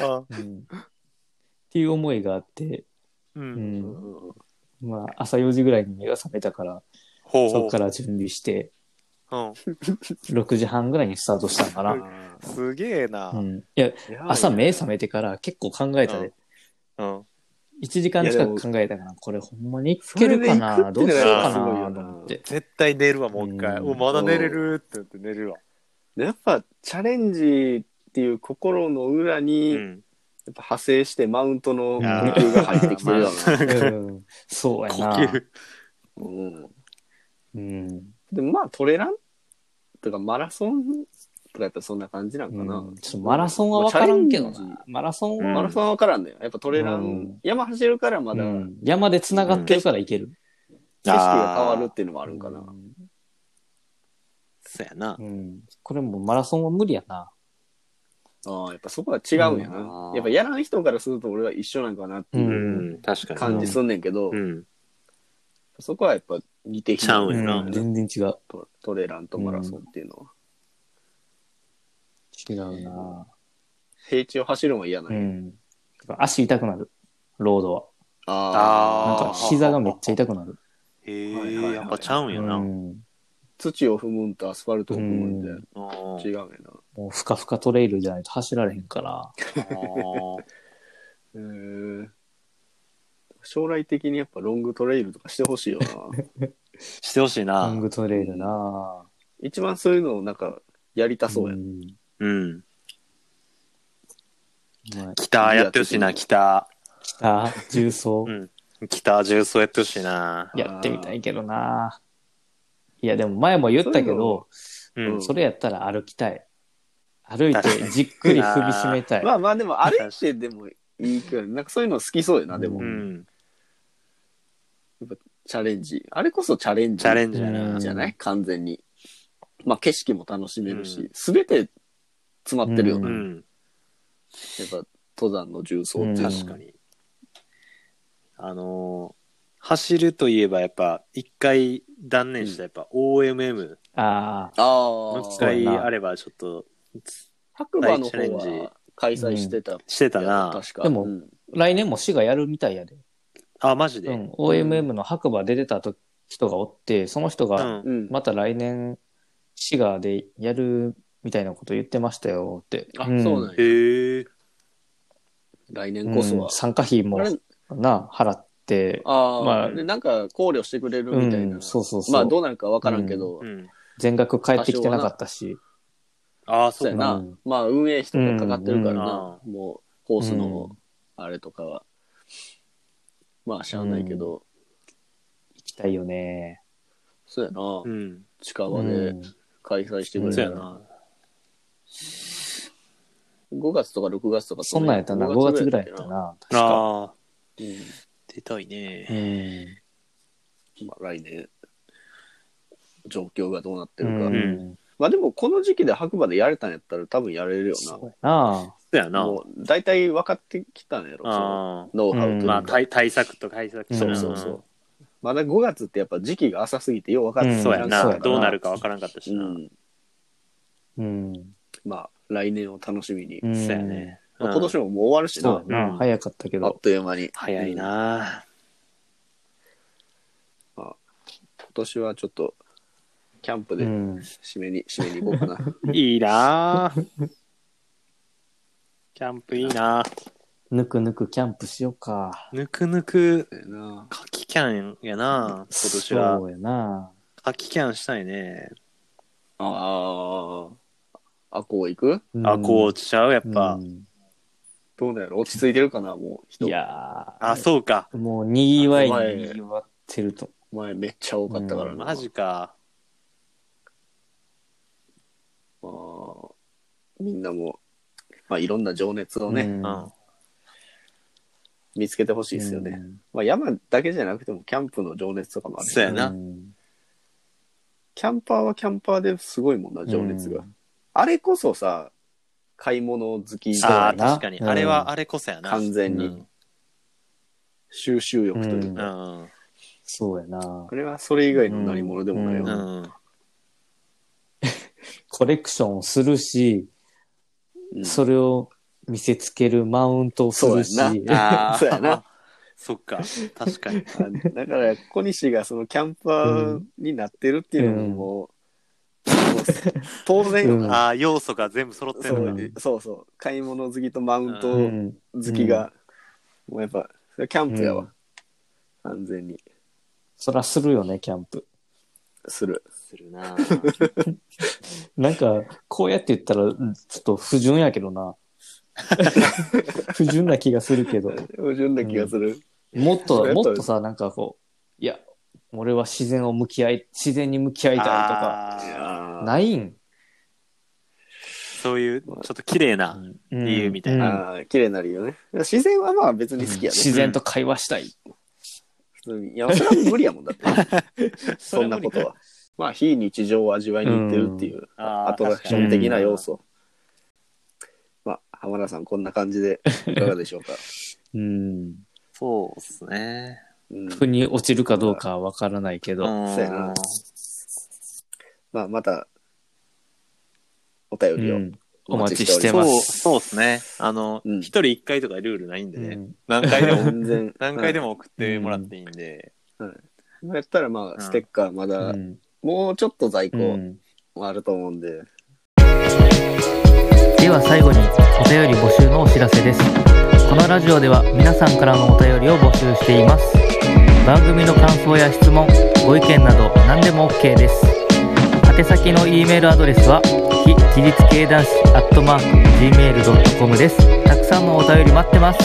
Speaker 1: あ。
Speaker 3: うんっていう思いがあって、
Speaker 1: う。
Speaker 3: うんんまあ、朝4時ぐらいに目が覚めたから、
Speaker 1: ほう
Speaker 3: そ
Speaker 1: ほ
Speaker 3: こから準備して、
Speaker 1: う。うん。
Speaker 3: 6時半ぐらいにスタートしたんかな。
Speaker 1: すげえな
Speaker 3: う。ん、いや朝目覚めてから結構考えたで、
Speaker 1: うん。
Speaker 3: 1時間近く考えたからこれほんまにいけるか
Speaker 2: それで
Speaker 3: な
Speaker 2: 行く
Speaker 3: ど
Speaker 2: っ
Speaker 3: う
Speaker 2: て
Speaker 3: し
Speaker 2: の
Speaker 3: よう
Speaker 1: が
Speaker 3: かな
Speaker 2: すごいよな
Speaker 3: と思って
Speaker 1: 絶対寝るわ、もう一回。
Speaker 3: うん
Speaker 1: おまだ寝れるって言って寝るわ。
Speaker 2: め。やっぱチャレンジっていう心の裏に、やっ
Speaker 1: ん。
Speaker 2: ぱ派生してマウントの
Speaker 3: うん
Speaker 2: 工夫が入ってきてるよな。
Speaker 3: うんそうや
Speaker 1: 呼
Speaker 3: な、
Speaker 1: 吸。
Speaker 2: うん
Speaker 3: うん
Speaker 2: でもまあトレランとかマラソンとかやったらそんな感じなん
Speaker 3: う
Speaker 2: かな。
Speaker 3: ん、ちょっとマラソンは分からんけど
Speaker 2: チャレン
Speaker 3: なマラソン
Speaker 1: うん
Speaker 3: は、
Speaker 2: マラソンは分からんのよ。やっぱトレラン、
Speaker 3: うん
Speaker 2: 山走るからま
Speaker 3: う
Speaker 2: だ
Speaker 3: ん、山でつながってるからいける、
Speaker 2: 景色が変わるっていうのもあ
Speaker 3: う
Speaker 2: るんかな。
Speaker 1: そやな。
Speaker 3: うん、これもうマラソンは無理やな
Speaker 2: ああ、やっぱそこは違うんやな
Speaker 1: う。ん
Speaker 2: やっぱやらん人からすると俺は一緒なんかなって
Speaker 1: う。
Speaker 2: いうん
Speaker 1: 確かに。
Speaker 2: 感じすんねんけど、
Speaker 1: うん。
Speaker 2: そこはやっぱ似てき
Speaker 1: ちゃう
Speaker 3: うん
Speaker 1: やな
Speaker 3: うん、全然違う
Speaker 2: トトレランとマラソンっていうのは。
Speaker 3: 違うな
Speaker 2: 平地を走るのは嫌な
Speaker 3: うん
Speaker 2: や。
Speaker 3: ん足痛くなるロードは
Speaker 1: あ
Speaker 3: なん
Speaker 1: ー
Speaker 3: か膝がめっちゃ痛くなる
Speaker 1: へえ、やっぱちゃうんや
Speaker 3: う
Speaker 1: な。
Speaker 3: ん
Speaker 2: 土を踏むんとアスファルトを踏むんで
Speaker 1: あ
Speaker 2: 違う
Speaker 1: ー
Speaker 2: んやな。
Speaker 3: もうふかふかトレイルじゃないと走られへんから。
Speaker 1: あー
Speaker 2: えー将来的にやっぱロングトレイルとかしてほしいよな。
Speaker 1: してほしい
Speaker 3: ロ
Speaker 1: な
Speaker 3: ングトレイルな
Speaker 2: 一番そういうのをなんかやりたそうやん。
Speaker 3: ん
Speaker 1: うん
Speaker 3: まあ
Speaker 1: 北やってほしいな北
Speaker 3: 北、重曹
Speaker 1: う。ん北重曹やってほしいな
Speaker 3: やってみたいけどな。いや、でも前も言ったけど、
Speaker 1: う
Speaker 2: うん
Speaker 1: ん
Speaker 3: それやったら歩きたい。歩いてじっくり踏みしめたい。
Speaker 2: ま あまあでも歩いてでもいいけど、なんかそういうの好きそうやな、でも。
Speaker 3: う
Speaker 1: うん
Speaker 2: チャレンジ。あれこそチャレンジ。
Speaker 1: チャレンジやな
Speaker 2: じゃない完全に。まあ景色も楽しめる
Speaker 1: う
Speaker 2: し、すべて詰まってるよ
Speaker 1: う
Speaker 2: な。や
Speaker 1: ん
Speaker 2: っぱ登山の重曹っていうのは
Speaker 1: 確かにあのー走るといえばやっぱ一回断念したやっぱ OMM
Speaker 3: ああ、
Speaker 2: あ
Speaker 1: の機
Speaker 2: あ。
Speaker 3: そう
Speaker 1: 会
Speaker 3: やな
Speaker 1: あればちょっと
Speaker 2: 白馬の
Speaker 1: チャレンジ
Speaker 2: 方は開催してた。
Speaker 1: してたな
Speaker 2: 確か。
Speaker 3: でも
Speaker 2: うん
Speaker 3: 来年も市がやるみたいやで。
Speaker 1: あマジで、
Speaker 3: うん、OMM の白馬出てたと人がおって、その人
Speaker 1: う
Speaker 3: が
Speaker 1: ん
Speaker 2: うん。
Speaker 3: また来年、滋賀でやるみたいなこと言ってましたよって。
Speaker 2: あ、そうなんや。
Speaker 1: へえ
Speaker 2: 来
Speaker 3: う
Speaker 2: 年
Speaker 3: ん
Speaker 2: こそは。
Speaker 3: 参加費も
Speaker 2: あれ
Speaker 3: な、払って。
Speaker 2: ああ、
Speaker 3: まあ
Speaker 2: でなんか考慮してくれるみたいな。
Speaker 3: うんそうそうそう
Speaker 2: まあどうなるかわからんけど、
Speaker 1: うん、
Speaker 3: 全額返ってきてなかったし。
Speaker 1: ああそ
Speaker 2: そうや
Speaker 1: う
Speaker 2: な、
Speaker 3: うん
Speaker 2: まあ運営費とかかかってるから
Speaker 1: うん
Speaker 2: な、もうコースのあれとかは。まあしゃあないけど、
Speaker 3: 行きたいよね。
Speaker 2: そうやな、
Speaker 1: うん
Speaker 2: 近場で
Speaker 3: うん
Speaker 2: 開催してく
Speaker 3: うん
Speaker 2: れ
Speaker 1: そうや
Speaker 2: たら、
Speaker 1: な
Speaker 2: 5月とか6月とか
Speaker 3: そんなんやったな、5月ぐらいやった
Speaker 2: っ
Speaker 3: な。確か。
Speaker 1: ああ
Speaker 2: けな
Speaker 1: 出たいね、
Speaker 3: うん
Speaker 2: うんまあ来年、状況がどうなって
Speaker 3: う
Speaker 2: るか。
Speaker 3: ん。
Speaker 2: まあでもこの時期で白馬でやれたんやったら多分やれるよな。
Speaker 3: そうやな。
Speaker 1: そうやな
Speaker 2: もう大体分かってきたんやろ、その
Speaker 1: あ
Speaker 2: ノウハウと
Speaker 1: あ
Speaker 2: いうか。
Speaker 1: まあ対対策と対策と
Speaker 2: そうそうそうう。まだ5月ってやっぱ時期が浅すぎてよう分かって
Speaker 3: うん
Speaker 1: そうや
Speaker 3: そう
Speaker 1: な
Speaker 3: やな
Speaker 1: どうなるかわからんかったし
Speaker 2: う
Speaker 1: な、
Speaker 2: ん。
Speaker 3: うん。
Speaker 2: まあ来年を楽しみに。
Speaker 3: ん
Speaker 1: そうやね。
Speaker 2: まあ、今年
Speaker 1: も
Speaker 2: ももう終わるし
Speaker 3: そ
Speaker 2: な
Speaker 3: う。や
Speaker 1: う
Speaker 3: な。
Speaker 1: ん
Speaker 3: 早かったけ
Speaker 2: あっ
Speaker 3: ど。
Speaker 2: という間に。
Speaker 1: 早い
Speaker 2: うん。
Speaker 1: な、
Speaker 2: 今年はちょっと、キャンプ
Speaker 3: う
Speaker 2: で
Speaker 3: ん。
Speaker 2: 締めに、締めに行こうかな。
Speaker 1: いいなぁキャンプいいなぁ
Speaker 3: ぬくぬくキャンプしようか。
Speaker 1: ぬくぬく
Speaker 2: そうやな
Speaker 1: 夏季キャンやなぁ今年
Speaker 3: そ
Speaker 1: は
Speaker 3: うやな。
Speaker 1: 夏季キャンしたいね
Speaker 2: ああ。あ、こう行く
Speaker 3: うん
Speaker 1: あこうちゃうやっぱ、
Speaker 3: うん
Speaker 2: どうだろう落ち着いてるかなもう人
Speaker 3: い。やー
Speaker 1: あそうか
Speaker 3: もうにぎわいににぎわってると。
Speaker 2: 前めっちゃ多かったからな。
Speaker 1: マジか
Speaker 2: まあみんなも、まあいろんな情熱をね、
Speaker 3: うん
Speaker 1: うん
Speaker 2: 見つけてほしいですよね。
Speaker 3: うん
Speaker 2: まあ、山だけじゃなくてもキャンプの情熱とかもあるし
Speaker 1: そうやな
Speaker 3: うん
Speaker 2: キャンパーはキャンパーですごいもんな情熱が、
Speaker 3: うん
Speaker 2: あれこそさ買い物好き
Speaker 3: うや
Speaker 1: あ
Speaker 2: が
Speaker 1: ー
Speaker 3: な
Speaker 1: 確かに、
Speaker 3: うん
Speaker 1: あれはあれこそやな
Speaker 2: 完全
Speaker 3: う
Speaker 2: に収集欲という
Speaker 1: う
Speaker 2: か、
Speaker 1: ん
Speaker 3: そうやな
Speaker 2: こ。れはそれ以外の何物でもないよ、
Speaker 1: う、
Speaker 3: うんコレクションをするし、
Speaker 2: うん
Speaker 3: それを見せつけるマウントをするし。
Speaker 2: そう
Speaker 1: あー
Speaker 2: そうやな
Speaker 1: そっか確かに
Speaker 2: あだから小西がそのキャンパーになってるっていうのももう、もう当然よな、
Speaker 3: うん
Speaker 1: ああ要素が全部揃って
Speaker 2: そ
Speaker 1: る
Speaker 2: う
Speaker 1: のが
Speaker 3: ん
Speaker 2: そうそう買い物好きとマウン
Speaker 3: う
Speaker 2: ト
Speaker 3: ん
Speaker 2: 好きが、もうやっぱそれはキャンプやわ、
Speaker 3: うん
Speaker 2: 完全に
Speaker 3: そらするよね、キャンプ。
Speaker 2: する
Speaker 1: するな
Speaker 3: なんか、こうやって言ったら、うんちょっと不純やけどな。不純な気がするけど。
Speaker 2: 矛盾な気がする、
Speaker 3: もっ
Speaker 2: そ
Speaker 3: と、
Speaker 2: れやっぱ
Speaker 3: もっとさ、なんかこう、いや、俺は自然を向き合い、自然に向き合いたいとか、
Speaker 1: あ
Speaker 2: い
Speaker 1: ー
Speaker 2: やー
Speaker 3: ないん。
Speaker 1: そういうちょっと綺麗な理由みたいな
Speaker 2: ああ、綺麗なるよね。自然はまあ別に好きやね。
Speaker 3: 自然と会話したい。
Speaker 2: 普通に。いや、それは無理やもんだって。そんなことは。まあ、非日常を味わいに行ってるっていう、
Speaker 1: うん
Speaker 2: あ
Speaker 1: あー
Speaker 2: アトラクション的な要素。まあ、浜田さん、こんな感じでいかがでしょうか。
Speaker 3: うん。
Speaker 1: そうですね
Speaker 2: うん、
Speaker 3: 腑に落ちるかどうかはわからないけど。
Speaker 1: ん
Speaker 2: そうやなまあ、また、お便り
Speaker 3: う
Speaker 2: を
Speaker 3: んお待ちし
Speaker 1: そ
Speaker 3: て
Speaker 1: う
Speaker 3: ます
Speaker 1: そうですねあの一、
Speaker 2: うん
Speaker 1: 人一回とかルールないんでね、
Speaker 3: うん
Speaker 1: 何回でも
Speaker 2: 全然。
Speaker 1: 何回で
Speaker 2: も。
Speaker 1: も送ってもらっていいんで、
Speaker 2: やったら、ま
Speaker 1: うん
Speaker 2: あ、ステッカーまだ
Speaker 3: うん
Speaker 2: もうちょっと在
Speaker 3: う
Speaker 2: 庫
Speaker 3: ん
Speaker 2: もあると思うんで、
Speaker 3: では最後にお便り募集のお知らせですこのラジオでは皆さんからのお便りを募集しています番組の感想や質問ご意見など何でも OK です宛先の E メールアドレスは非自立系男子 gmail.com ですたくさんのお便り待ってます